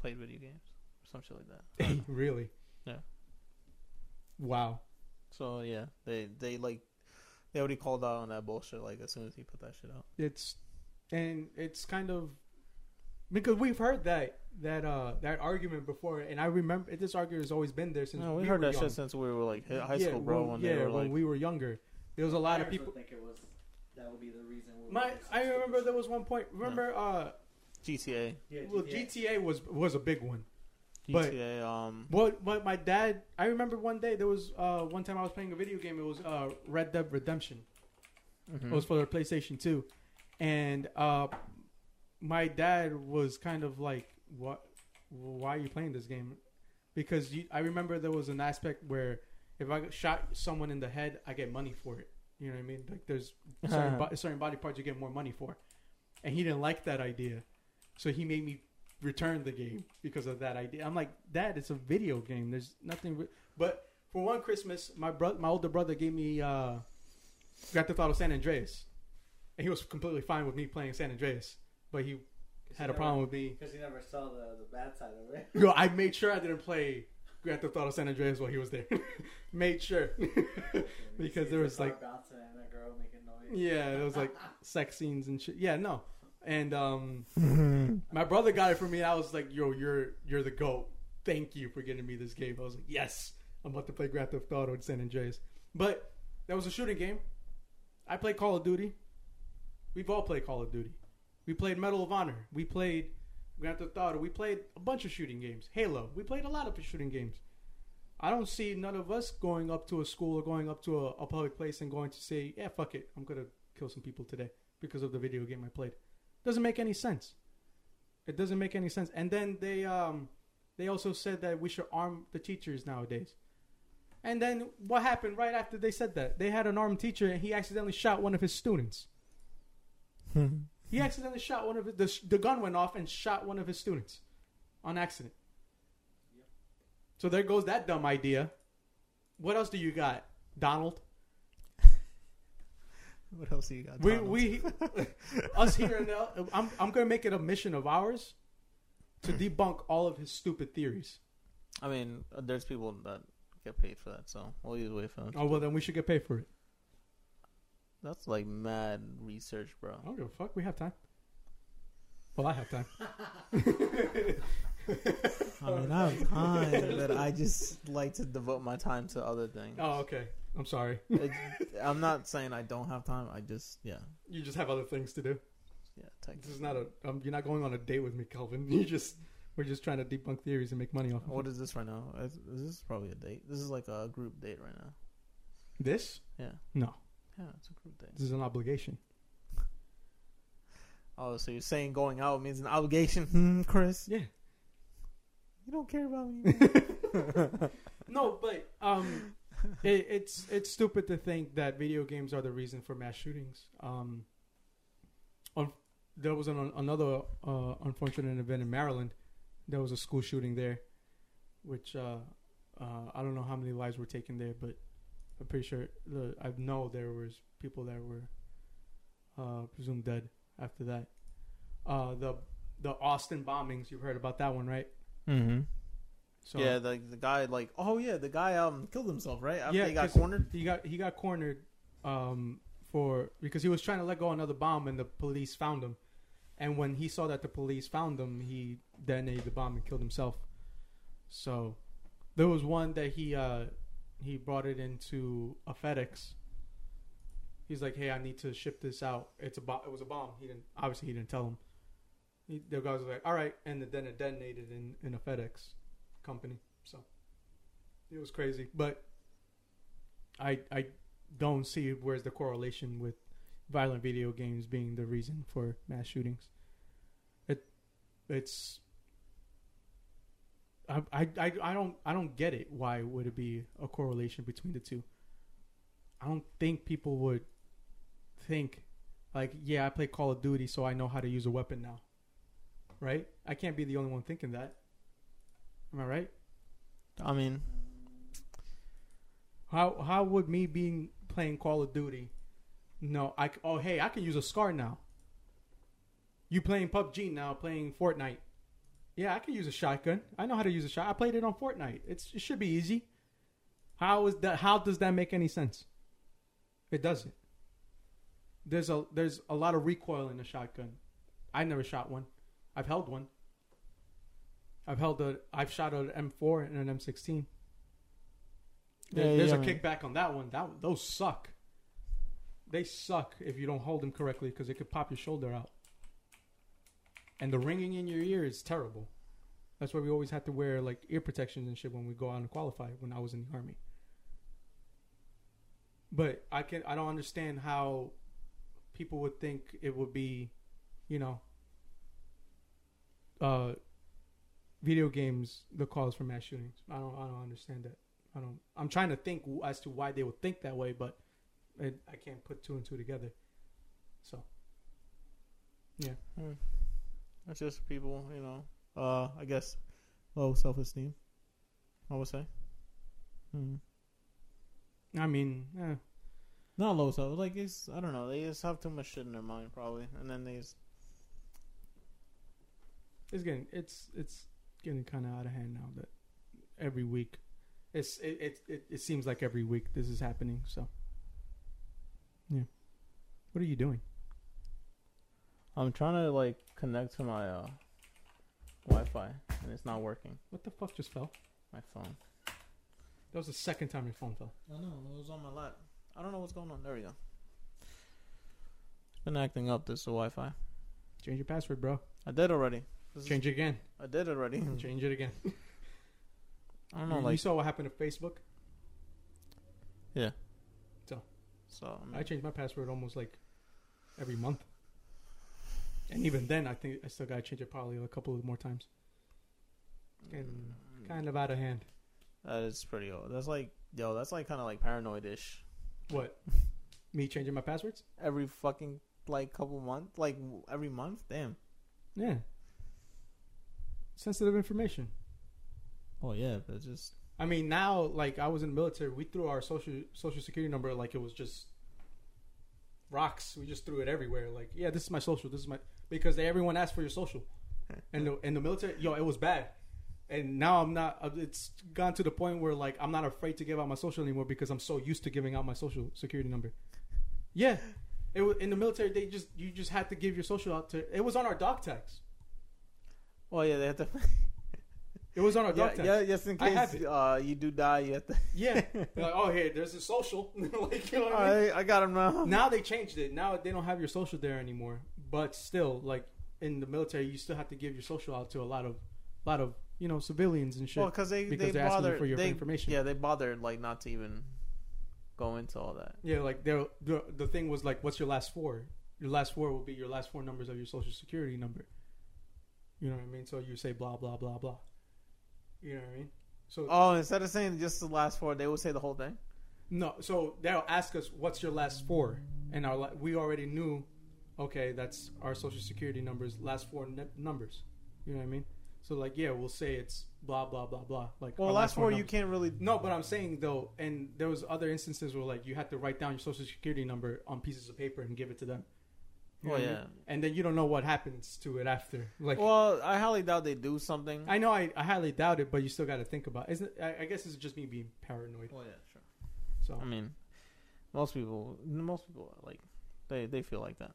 Speaker 3: played video games or some shit like that. I don't know.
Speaker 1: really,
Speaker 3: Yeah.
Speaker 1: wow,
Speaker 3: so yeah, they they like they already called out on that bullshit. Like as soon as he put that shit out,
Speaker 1: it's and it's kind of because we've heard that that uh that argument before, and I remember this argument has always been there since
Speaker 3: no, we,
Speaker 1: we
Speaker 3: heard
Speaker 1: were
Speaker 3: that
Speaker 1: young.
Speaker 3: shit since we were like hi- high
Speaker 1: Yeah,
Speaker 3: school, bro.
Speaker 1: when-
Speaker 3: When
Speaker 1: yeah,
Speaker 3: they were
Speaker 1: when
Speaker 3: like,
Speaker 1: we were younger, there was a lot of
Speaker 5: Parents
Speaker 1: people.
Speaker 5: would think it was that would be the reason. why
Speaker 1: My,
Speaker 5: it was so
Speaker 1: I remember
Speaker 5: stupid.
Speaker 1: there was one point. Remember, uh,
Speaker 3: GTA,
Speaker 5: Yeah,
Speaker 1: well,
Speaker 5: GTA.
Speaker 1: GTA was was a big one. But-
Speaker 3: GTA, um,
Speaker 1: But but my dad, I remember one day there was uh, one time I was playing a video game. It was uh, Red Dead Redemption. It was for the PlayStation Two, and uh, my dad was kind of like, "What? Why are you playing this game?" Because you, I remember there was an aspect where if I shot someone in the head, I get money for it. You know what I mean? Like there's certain, bo- certain body parts you get more money for, and he didn't like that idea, so he made me return the game because of that idea. I'm like, Dad, it's a video game. There's nothing. Re-. But for one Christmas, my brother, my older brother, gave me uh, Grand Theft Auto San Andreas, and he was completely fine with me playing San Andreas, but he had a problem with me.
Speaker 5: because he never saw the, the bad side of it.
Speaker 1: Yo, I made sure I didn't play Grand Theft Auto San Andreas while he was there. made sure. Because
Speaker 5: See
Speaker 1: there
Speaker 5: the
Speaker 1: was,
Speaker 5: car
Speaker 1: like-
Speaker 5: bouncing and that girl making noise.
Speaker 1: yeah, it was like sex scenes and shit. Yeah, no. And um, my brother got it for me. I was like, "Yo, you're you're the goat. Thank you for getting me this game." I was like, "Yes, I'm about to play Grand Theft Auto in San Andreas." But that was a shooting game. I played Call of Duty. We've all played Call of Duty. We played Medal of Honor. We played Grand Theft Auto. We played a bunch of shooting games. Halo. We played a lot of shooting games. I don't see none of us going up to a school or going up to a, a public place and going to say, "Yeah, fuck it, I'm gonna kill some people today because of the video game I played." Doesn't make any sense. It doesn't make any sense. And then they um, they also said that we should arm the teachers nowadays. And then what happened right after they said that? They had an armed teacher and he accidentally shot one of his students. he accidentally shot one of his, the, the gun went off and shot one of his students on accident. So there goes that dumb idea. What else do you got, Donald?
Speaker 3: what else do you got?
Speaker 1: We
Speaker 3: Donald?
Speaker 1: we us here in the I'm I'm gonna make it a mission of ours to debunk all of his stupid theories.
Speaker 3: I mean, uh, there's people that get paid for that, so we'll use way for that.
Speaker 1: Oh well, then we should get paid for it.
Speaker 3: That's like mad research, bro.
Speaker 1: I don't give a fuck. We have time. Well, I have time.
Speaker 2: I mean, I have time,
Speaker 3: but I just like to devote my time to other things.
Speaker 1: Oh, okay. I'm sorry.
Speaker 3: It, I'm not saying I don't have time. I just, yeah,
Speaker 1: You just have other things to do.
Speaker 3: yeah.
Speaker 1: This
Speaker 3: Technically.
Speaker 1: is not a. Um, you're not going on a date with me, Calvin. You just. We're just trying to debunk theories and make money off. of
Speaker 3: What is this right now? Is, is this probably a date? This is like a group date right now.
Speaker 1: This?
Speaker 3: Yeah.
Speaker 1: No.
Speaker 3: Yeah, it's a group date.
Speaker 1: This is an obligation.
Speaker 3: Oh, so you're saying going out means an obligation, hmm, Chris?
Speaker 1: Yeah.
Speaker 3: You don't care about me.
Speaker 1: No, but um, it, it's it's stupid to think that video games are the reason for mass shootings. Um, on, there was an, another uh, unfortunate event in Maryland. There was a school shooting there, which uh, uh, I don't know how many lives were taken there, but I'm pretty sure the, I know there was people that were uh, presumed dead after that. Uh, the the Austin bombings, you've heard about that one, right?
Speaker 3: mm-hmm.
Speaker 1: So
Speaker 3: yeah, like the guy, like oh yeah, the guy um killed himself, right? After
Speaker 1: Yeah,
Speaker 3: he got
Speaker 1: 'cause
Speaker 3: cornered.
Speaker 1: He got he got cornered um, for because he was trying to let go another bomb and the police found him. And when he saw that the police found him, he detonated the bomb and killed himself. So there was one that he uh, he brought it into a FedEx. He's like, "Hey, I need to ship this out. It's a bo- it was a bomb." He didn't obviously he didn't tell him. He, the guy was like, "All right," and then it detonated in in a FedEx company. So it was crazy, but I I don't see where's the correlation with violent video games being the reason for mass shootings. It it's I I I I don't I don't get it. Why would it be a correlation between the two? I don't think people would think like, yeah, I play Call of Duty, so I know how to use a weapon now. right? I can't be the only one thinking that. Am I right?
Speaker 3: I mean,
Speaker 1: How how would me being playing Call of Duty? No, I c- oh hey, I can use a scar now. You playing PUBG now, playing Fortnite. Yeah, I can use a shotgun. I know how to use a shot. I played it on Fortnite. It's it should be easy. How is that how does that make any sense? It doesn't. There's a there's a lot of recoil in a shotgun. I never shot one. I've held one. I've held a I've shot an M4 and an M16. There-
Speaker 3: Yeah,
Speaker 1: there's
Speaker 3: yeah,
Speaker 1: a
Speaker 3: I mean-
Speaker 1: kickback on that one. That those suck. They suck if you don't hold them correctly because it could pop your shoulder out. And the ringing in your ear is terrible. That's why we always had to wear like ear protections and shit when we go out and qualify. When I was in the army, but I can I don't understand how people would think it would be, you know, uh, video games the cause for mass shootings. I don't I don't understand that. I don't. I'm trying to think w- as to why they would think that way, but I, I can't put two and two together. So
Speaker 3: it's just people, you know. Uh, I guess low self esteem. I would say. Hmm.
Speaker 1: I mean, eh,
Speaker 3: Not low self. Like it's, I don't know. They just have too much shit in their mind, probably, and then they just
Speaker 1: it's getting it's it's getting kind of out of hand now. That every week, it's it it, it it seems like every week this is happening. So yeah, what are you doing?
Speaker 3: I'm trying to like connect to my uh, Wi-Fi and it's not working.
Speaker 1: What the fuck just fell?
Speaker 3: My phone.
Speaker 1: That was the second time your phone fell.
Speaker 3: I know it was on my lap. I don't know what's going on. There we go. It's been acting up. This Wi-Fi.
Speaker 1: Change your password, bro.
Speaker 3: I did already. This is-
Speaker 1: Change it again.
Speaker 3: I did already.
Speaker 1: Change it again.
Speaker 3: I don't know.
Speaker 1: You- you
Speaker 3: Like
Speaker 1: saw what happened to Facebook.
Speaker 3: so. I mean,
Speaker 1: I change my password almost like every month. And even then, I think I still gotta change it probably a couple of more times. Getting
Speaker 3: Mm.
Speaker 1: kind of out of hand.
Speaker 3: That is pretty old. That's like yo. That's like kind of like paranoid ish.
Speaker 1: What? Me changing my passwords?
Speaker 3: Every fucking like couple months, like w- every month. Damn.
Speaker 1: Yeah. Sensitive information.
Speaker 2: Oh yeah, but it's just
Speaker 1: I mean, now like I was in the military, we threw our social social security number like it was just rocks. We just threw it everywhere. Like, yeah, this is my social. This is my because they, everyone asked for your social, and the and the military, yo, it was bad. And now I'm not. uh, It's gone to the point where like I'm not afraid to give out my social anymore because I'm so used to giving out my social security number. Yeah, it was in the military. They just you just had to give your social out to. It was on our doc tags.
Speaker 3: Oh yeah, they have to.
Speaker 1: It was on our doc
Speaker 3: yeah,
Speaker 1: tags.
Speaker 3: yeah, just in
Speaker 1: I have
Speaker 3: case uh, you do die, you have to.
Speaker 1: Yeah. They're like, oh, hey, there's a social. like, you know what I mean?
Speaker 3: Alright, I got him now.
Speaker 1: Now they changed it. Now they don't have your social there anymore. But still, like in the military, you still have to give your social out to a lot of, lot of you know civilians and shit.
Speaker 3: Well, cause they
Speaker 1: because
Speaker 3: they
Speaker 1: they're asking you
Speaker 3: bother
Speaker 1: for your
Speaker 3: they,
Speaker 1: information.
Speaker 3: Yeah, they bothered like not to even go into all that.
Speaker 1: yeah, like they're, the the thing was like, what's your last four? Your last four will be your last four numbers of your social security number. You know what I mean? So you say blah blah blah blah. You know what I mean? So
Speaker 3: Oh, instead of saying just the last four, they would say the whole thing.
Speaker 1: No, so they'll ask us, "What's your last four? And our la- we already knew, okay, that's our social security numbers, last four n- numbers. You know what I mean? So like, yeah, we'll say it's blah blah blah blah. Like,
Speaker 3: Well,
Speaker 1: our
Speaker 3: last four you
Speaker 1: numbers.
Speaker 3: can't really.
Speaker 1: No, but I'm saying though, and there was other instances where like you had to write down your social security number on pieces of paper and give it to them. You know
Speaker 3: Well,
Speaker 1: what I mean?
Speaker 3: yeah.
Speaker 1: and then you don't know what happens to it after. Like,
Speaker 3: Well, I highly doubt they do something.
Speaker 1: I know I, I highly doubt it, but you still got to think about. Isn't I, I guess it's just me being paranoid.
Speaker 3: Well, yeah, sure.
Speaker 1: So
Speaker 3: I mean, most people, most people like they they feel like that.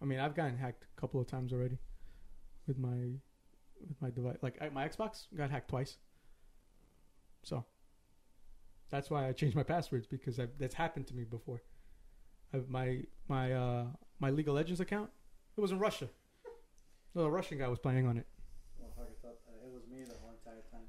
Speaker 1: I mean, I've gotten hacked a couple of times already with my with my device. Like I, my Xbox got hacked twice, so that's why I changed my passwords because I've, that's happened to me before. I, my my uh, my League of Legends account it was in Russia. So a Russian guy was playing on it.
Speaker 5: Motherfucker thought that it was me the whole entire time.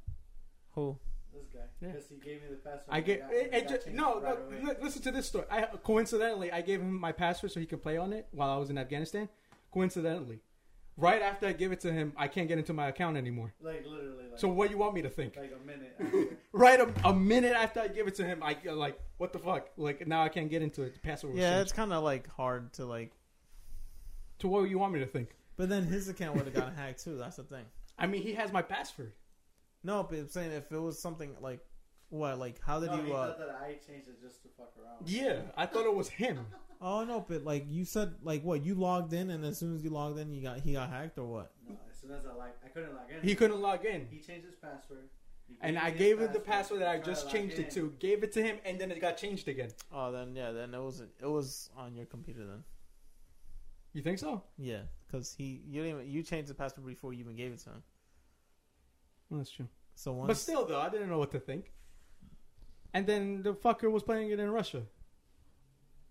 Speaker 3: Who?
Speaker 5: This guy.
Speaker 1: Yeah.
Speaker 5: Because he gave me the password.
Speaker 1: I
Speaker 5: and
Speaker 1: get
Speaker 5: got-
Speaker 1: it,
Speaker 5: and I
Speaker 1: it
Speaker 5: got
Speaker 1: just,
Speaker 5: changed
Speaker 1: no,
Speaker 5: right
Speaker 1: no,
Speaker 5: away.
Speaker 1: li- Listen to this story. I coincidentally I gave him my password so he could play on it while I was in Afghanistan. Coincidentally, right after I give it to him, I can't get into my account anymore.
Speaker 5: Like literally, like,
Speaker 1: So what do you want me to think?
Speaker 5: like a minute. After.
Speaker 1: Right a, a minute after I give it to him, I uh, like what the fuck? Like now I can't get into it. The password. was
Speaker 3: Yeah,
Speaker 1: changed.
Speaker 3: it's kind of like hard to like.
Speaker 1: To what do you want me to think?
Speaker 3: But then his account would have gotten hacked too. That's the thing.
Speaker 1: I mean, he has my password.
Speaker 3: No, but I'm saying if it was something like what, like how did
Speaker 5: no, he
Speaker 3: you? Uh,
Speaker 5: thought that I changed it just to fuck around.
Speaker 1: Yeah, I thought it was him.
Speaker 3: oh no, but like you said, like what you logged in, and as soon as you logged in, you got he got hacked or what?
Speaker 5: No, as soon as I like, I couldn't log in.
Speaker 1: He couldn't log in.
Speaker 5: He changed his password. He
Speaker 1: And
Speaker 5: me
Speaker 1: I
Speaker 5: his
Speaker 1: gave it the password that I
Speaker 5: tried to
Speaker 1: just
Speaker 5: log
Speaker 1: changed
Speaker 5: in.
Speaker 1: it to, gave it to him, and then it got changed again.
Speaker 2: Oh, then yeah, then it was it was on your computer then.
Speaker 1: You think so?
Speaker 3: Yeah,
Speaker 2: Cause he you didn't even, you changed the password before you even gave it to him.
Speaker 1: That's true.
Speaker 3: so once
Speaker 1: But still, though, I didn't know what to think. And then the fucker was playing it in Russia.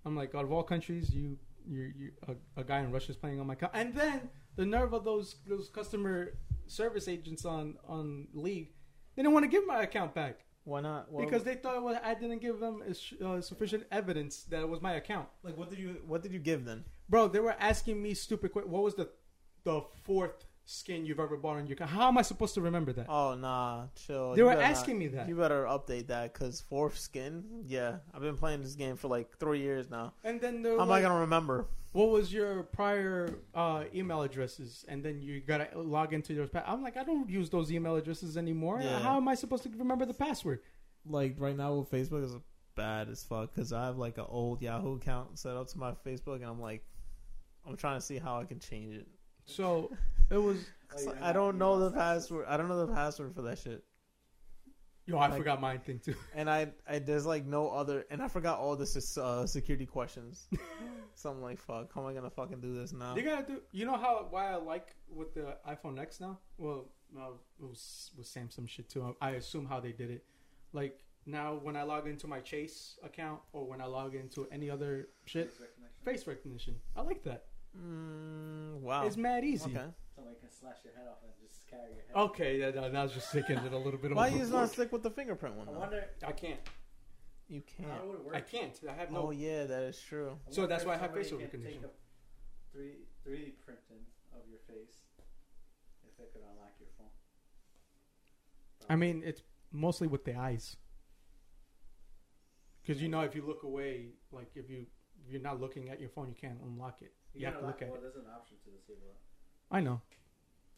Speaker 1: I'm like, out of all countries, you, you, you a, a guy in Russia is playing on my account. And then the nerve of those those customer service agents on on League, they didn't want to give my account back
Speaker 2: Why not? What,
Speaker 1: because they thought it was, I didn't give them uh, sufficient evidence that it was my account.
Speaker 3: like what did you what did you give then?
Speaker 1: Bro, they were asking me stupid quick. What was the the fourth skin you've ever bought on your account? How am I supposed to remember that?
Speaker 2: Oh nah, chill.
Speaker 1: they
Speaker 2: You
Speaker 1: were
Speaker 2: better not-
Speaker 1: asking me that.
Speaker 2: You better update that because fourth skin. Yeah, I've been playing this game for like three years now.
Speaker 1: And then they
Speaker 2: How
Speaker 1: were
Speaker 2: am I
Speaker 1: like,
Speaker 2: gonna remember?
Speaker 1: what was your prior uh, email addresses? And then you gotta log into your. Pa- I'm like, I don't use those email addresses anymore.
Speaker 2: Yeah.
Speaker 1: How am I supposed to remember the password?
Speaker 3: Like right now with Facebook is bad as fuck because I have like an old Yahoo account set up to my Facebook, and I'm like, I'm trying to see how I can change it.
Speaker 1: So it was.
Speaker 5: Oh, yeah,
Speaker 2: I don't know the
Speaker 5: lost access.
Speaker 2: password. I don't know the password for that shit.
Speaker 1: Yo, I
Speaker 2: Like-
Speaker 1: forgot mine thing too.
Speaker 2: And I, I there's like no other. And I forgot all this uh, security questions. so I'm like, fuck. How am I gonna fucking do this now?
Speaker 1: You gotta do. You know how why I like with the iPhone X now? Well, uh, it was with Samsung shit too. I assume how they did it. Like now, when I log into my Chase account or when I log into any other shit,
Speaker 5: Face recognition.
Speaker 1: face recognition. I like that.
Speaker 2: Mm, wow.
Speaker 1: It's mad easy.
Speaker 2: okay.
Speaker 1: Okay,
Speaker 5: Somebody can slash your head off and just carry your head.
Speaker 1: Oh. yeah, no, now I was just thinking it a little bit.
Speaker 2: Why you just not
Speaker 1: overboard.
Speaker 2: stick with the fingerprint one?
Speaker 5: I
Speaker 2: Though?
Speaker 5: wonder
Speaker 1: I can't.
Speaker 2: You
Speaker 5: how
Speaker 2: can't.
Speaker 5: it would work.
Speaker 1: I can't. I have
Speaker 2: Oh
Speaker 1: no.
Speaker 2: yeah, that is true.
Speaker 5: I
Speaker 1: So
Speaker 5: wonder
Speaker 1: that's
Speaker 5: if
Speaker 1: why I have
Speaker 5: somebody
Speaker 1: facial
Speaker 5: can take
Speaker 1: recognition.
Speaker 5: a Three three D printing of your face, if they could unlock your phone.
Speaker 1: I mean, it's mostly with the eyes. Because you know, if you look away, like if you if you're not looking at your phone, you can't unlock it. You,
Speaker 5: can
Speaker 1: have to
Speaker 5: unlock-
Speaker 1: look at
Speaker 5: well,
Speaker 1: it.
Speaker 5: There's an option to disable it.
Speaker 1: I know.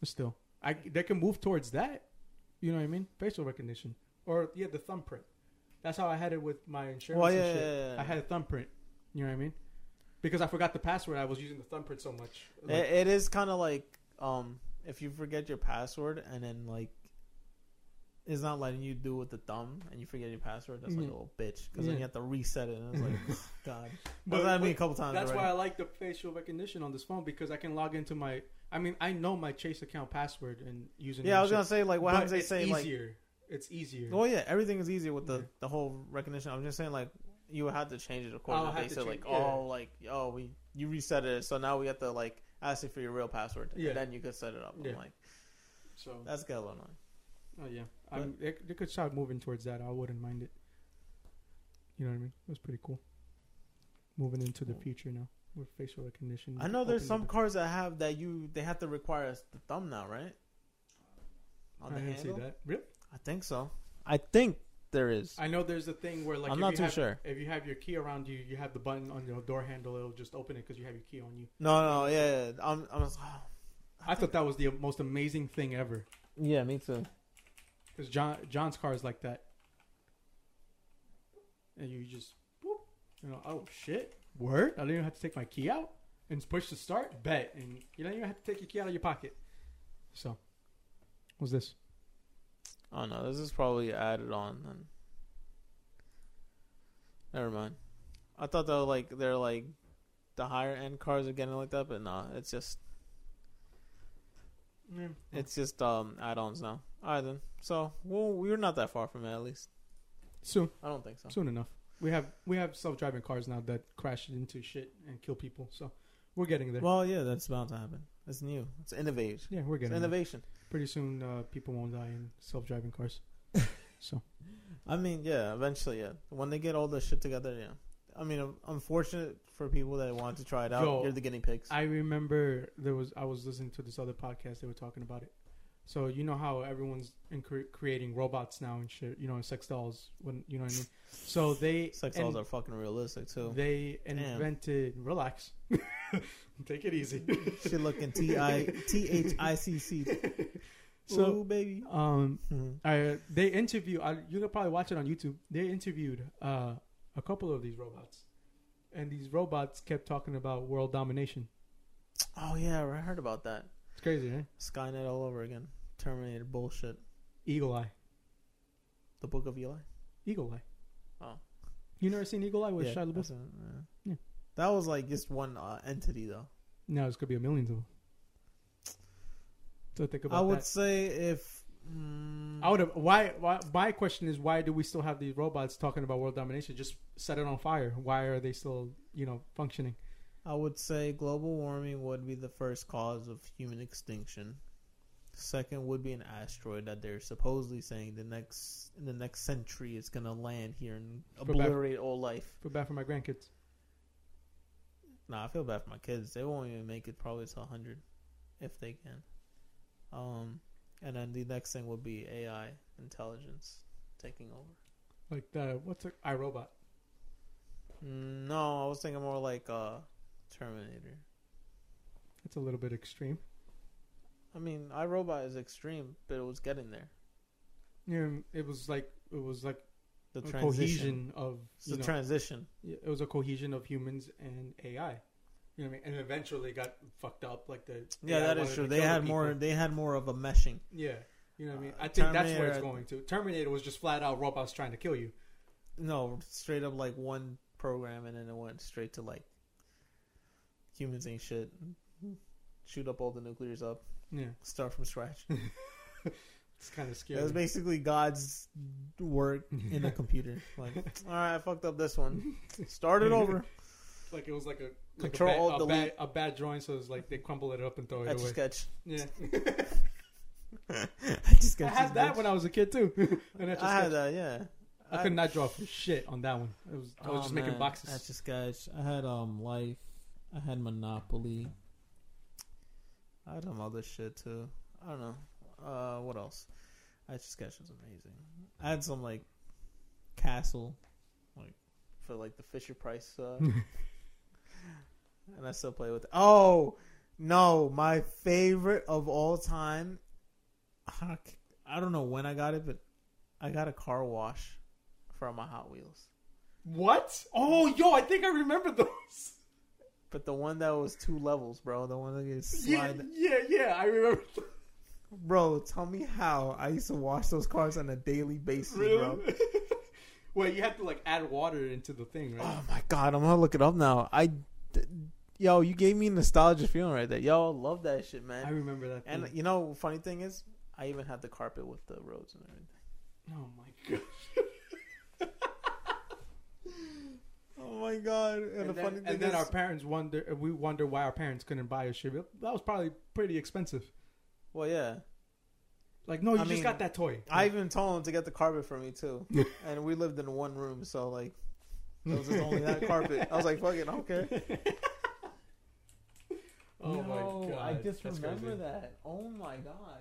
Speaker 1: But still, I they can move towards that. You know what I mean? Facial recognition or yeah, the thumbprint. That's how I had it with my insurance.
Speaker 2: Well,
Speaker 1: and
Speaker 2: yeah,
Speaker 1: shit.
Speaker 2: yeah, yeah, yeah.
Speaker 1: I had a thumbprint. You know what I mean? Because I forgot the password, I was using the thumbprint so much. Like,
Speaker 2: it, it is kind of like um, if you forget your password and then like it's not letting you do with the thumb and you forget your password. That's like
Speaker 1: Yeah.
Speaker 2: a little bitch because
Speaker 1: Mm-hmm. Yeah. Mm-hmm.
Speaker 2: then you have to reset it. And it's like God.
Speaker 1: But-
Speaker 2: But that
Speaker 1: but
Speaker 2: me a couple times.
Speaker 1: That's why I
Speaker 2: already.
Speaker 1: like the facial recognition on this phone because I can log into my. I mean, I know my Chase account password and using.
Speaker 2: yeah, I was gonna say like what
Speaker 1: but
Speaker 2: happens? They
Speaker 1: it's
Speaker 2: say like
Speaker 1: easier. it's easier.
Speaker 2: Well, yeah, everything is easier with the,
Speaker 1: Yeah.
Speaker 2: the whole recognition. I'm just saying, like, you would have to change it according
Speaker 1: I'll
Speaker 2: to
Speaker 1: have to
Speaker 2: they said,
Speaker 1: change-
Speaker 2: like,
Speaker 1: yeah.
Speaker 2: oh, like, oh, we you reset it, so now we have to like ask you for your real password,
Speaker 1: Yeah.
Speaker 2: and then you could set it up.
Speaker 1: Yeah.
Speaker 2: I'm like,
Speaker 1: so,
Speaker 2: that's got a little annoying.
Speaker 1: oh yeah, I'm, they, they could start moving towards that. I wouldn't mind it. You know what I mean? It was pretty cool. Moving into the future now with facial recognition.
Speaker 2: I know there's some cars that have that you they have to require us the thumb now, right? On
Speaker 1: I
Speaker 2: the
Speaker 1: didn't
Speaker 2: handle,
Speaker 1: see that. Really?
Speaker 2: I think so. I think there is.
Speaker 1: I know there's a thing where like
Speaker 2: I'm
Speaker 1: if
Speaker 2: not
Speaker 1: you
Speaker 2: too
Speaker 1: have,
Speaker 2: sure.
Speaker 1: If you have your key around you, you have the button on your door handle. It'll just open it because you have your key on you.
Speaker 2: No, no, yeah, yeah. I'm, I'm just,
Speaker 1: I thought that was the most amazing thing ever.
Speaker 2: yeah, me too.
Speaker 1: Because John John's car is like that, and you just, whoop, you know, oh shit, word! I didn't even have to take my key out and just push the start bet, and you don't even have to take your key out of your pocket. So, what's this?
Speaker 2: Oh no, this is probably added on. Then. Never mind. I thought though, like they're like the higher end cars are getting like that, but no, it's just
Speaker 1: Mm.
Speaker 2: it's just um add-ons now. All right then. So well, we're not that far from it at least.
Speaker 1: soon,
Speaker 2: I don't think so.
Speaker 1: soon enough. We have we have self driving cars now that crash into shit and kill people. So, we're getting there.
Speaker 2: Well, yeah, that's bound to happen. It's new. It's innovation.
Speaker 1: yeah, we're
Speaker 2: It's
Speaker 1: getting there.
Speaker 2: innovation.
Speaker 1: Pretty soon, uh, people won't die in self driving cars. so,
Speaker 2: I mean, yeah, eventually, yeah. When they get all this shit together, yeah. I mean, um, unfortunate for people that want to try it out.
Speaker 1: Yo,
Speaker 2: you're the guinea pigs.
Speaker 1: I remember there was I was listening to this other podcast. They were talking about it. So you know how everyone's in cre- creating robots now and shit. You know, sex dolls. When you know what I mean. So they
Speaker 2: Sex
Speaker 1: and
Speaker 2: dolls are fucking realistic too.
Speaker 1: They
Speaker 2: Damn.
Speaker 1: invented. Relax. Take it easy.
Speaker 2: Shit looking T E I T H I C C.
Speaker 1: So
Speaker 2: Ooh, baby.
Speaker 1: um,
Speaker 2: Mhm.
Speaker 1: I, they interview. I, you could probably watch it on YouTube. They interviewed uh, a couple of these robots, and these robots kept talking about world domination.
Speaker 2: Oh yeah, I heard about that.
Speaker 1: It's crazy, right?
Speaker 2: Skynet all over again. Terminator bullshit.
Speaker 1: Eagle Eye,
Speaker 2: The Book of Eli.
Speaker 1: Eagle Eye.
Speaker 2: Oh.
Speaker 1: you never seen Eagle Eye with
Speaker 2: Yeah,
Speaker 1: Shia
Speaker 2: that's
Speaker 1: LaBeouf?
Speaker 2: it, yeah.
Speaker 1: Yeah.
Speaker 2: That was like just one uh, entity though.
Speaker 1: No, it's gonna be a million of them. So think about
Speaker 2: I would
Speaker 1: that.
Speaker 2: say if mm,
Speaker 1: I would have. Why, why? My question is, why do we still have these robots talking about world domination? Just set it on fire. Why are they still, you know, functioning?
Speaker 2: I would say global warming would be the first cause of human extinction. Second would be an asteroid that they're supposedly saying the next in the next century it's gonna land here and
Speaker 1: back-
Speaker 2: obliterate all life.
Speaker 1: Feel bad for my grandkids.
Speaker 2: Nah, I feel bad for my kids. They won't even make it probably to hundred if they can. Um, and then the next thing would be AI intelligence taking over.
Speaker 1: Like the what's it? iRobot.
Speaker 2: Mm, No, I was thinking more like uh, Terminator.
Speaker 1: It's a little bit extreme.
Speaker 2: I mean, iRobot is extreme, but it was getting there.
Speaker 1: Yeah, it was like it was like
Speaker 2: The
Speaker 1: a
Speaker 2: transition.
Speaker 1: cohesion of
Speaker 2: It's
Speaker 1: you
Speaker 2: the
Speaker 1: know,
Speaker 2: transition.
Speaker 1: yeah, it was a cohesion of humans and AI. You know what I mean? And eventually got fucked up. Like the
Speaker 2: Yeah,
Speaker 1: AI
Speaker 2: that is
Speaker 1: wanted
Speaker 2: true.
Speaker 1: to
Speaker 2: They
Speaker 1: kill the
Speaker 2: had more.
Speaker 1: people.
Speaker 2: They had more of a meshing.
Speaker 1: Yeah, you know what I mean.
Speaker 2: Uh,
Speaker 1: I think that's where
Speaker 2: Terminator-
Speaker 1: it's going to. Terminator was just flat out robots trying to kill you.
Speaker 2: No, straight up like one program, and then it went straight to like humans ain't shit. Shoot up all the nuclears up.
Speaker 1: Yeah,
Speaker 2: Start from scratch.
Speaker 1: it's kind of scary.
Speaker 2: It was basically God's work in the computer. Like, all right, I fucked up this one. Start it over.
Speaker 1: like it was like a like
Speaker 2: Control,
Speaker 1: a, bad, a,
Speaker 2: delete.
Speaker 1: bad, a bad drawing. So it's like they crumple it up and throw it
Speaker 2: Etch a
Speaker 1: away.
Speaker 2: sketch.
Speaker 1: Yeah,
Speaker 2: Etch a
Speaker 1: I
Speaker 2: sketch.
Speaker 1: had that
Speaker 2: bitch.
Speaker 1: when I was a kid too. and I, just
Speaker 2: I had that. Yeah.
Speaker 1: I, could not draw for shit on that one. It was, I was
Speaker 2: Oh,
Speaker 1: just
Speaker 2: man.
Speaker 1: making boxes.
Speaker 2: Etch a sketch. I had um life. I had Monopoly. I had some other shit too. I don't know. Uh, what else? Etch a sketch was amazing. I had some like castle, like for like the Fisher Price. Uh, and I still play with. Oh no, my favorite of all time. I c- I don't know when I got it, but I got a car wash from my Hot Wheels.
Speaker 1: What? Oh, yo, I think I remember those.
Speaker 2: But the one that was two levels, bro. The one that gets
Speaker 1: Yeah,
Speaker 2: slide.
Speaker 1: yeah, yeah, I remember. those.
Speaker 2: Bro, tell me how I used to wash those cars on a daily basis, bro.
Speaker 1: Really? well, you have to like add water into the thing, right?
Speaker 2: Oh my god, I'm gonna look it up now. I, d- yo, you gave me a nostalgia feeling right there. Yo, love that shit,
Speaker 1: I
Speaker 2: man.
Speaker 1: remember that.
Speaker 2: And
Speaker 1: thing.
Speaker 2: you know, funny thing is, I even had the carpet with the roads and everything.
Speaker 1: oh my god.
Speaker 2: Oh my god! And,
Speaker 1: And,
Speaker 2: the
Speaker 1: then,
Speaker 2: funny thing
Speaker 1: and then
Speaker 2: is,
Speaker 1: our parents wonder. We wonder why our parents couldn't buy a shit. That was probably pretty expensive.
Speaker 2: well, yeah,
Speaker 1: Like, no, you
Speaker 2: I
Speaker 1: just
Speaker 2: mean,
Speaker 1: got that toy.
Speaker 2: I even told him to get the carpet for me too, and we lived in one room, so like, it was just only that carpet. I was like, fuck it, I don't care.
Speaker 1: oh my god!
Speaker 2: I just
Speaker 1: That's
Speaker 2: remember
Speaker 1: crazy. Uh,
Speaker 2: that. Oh my god.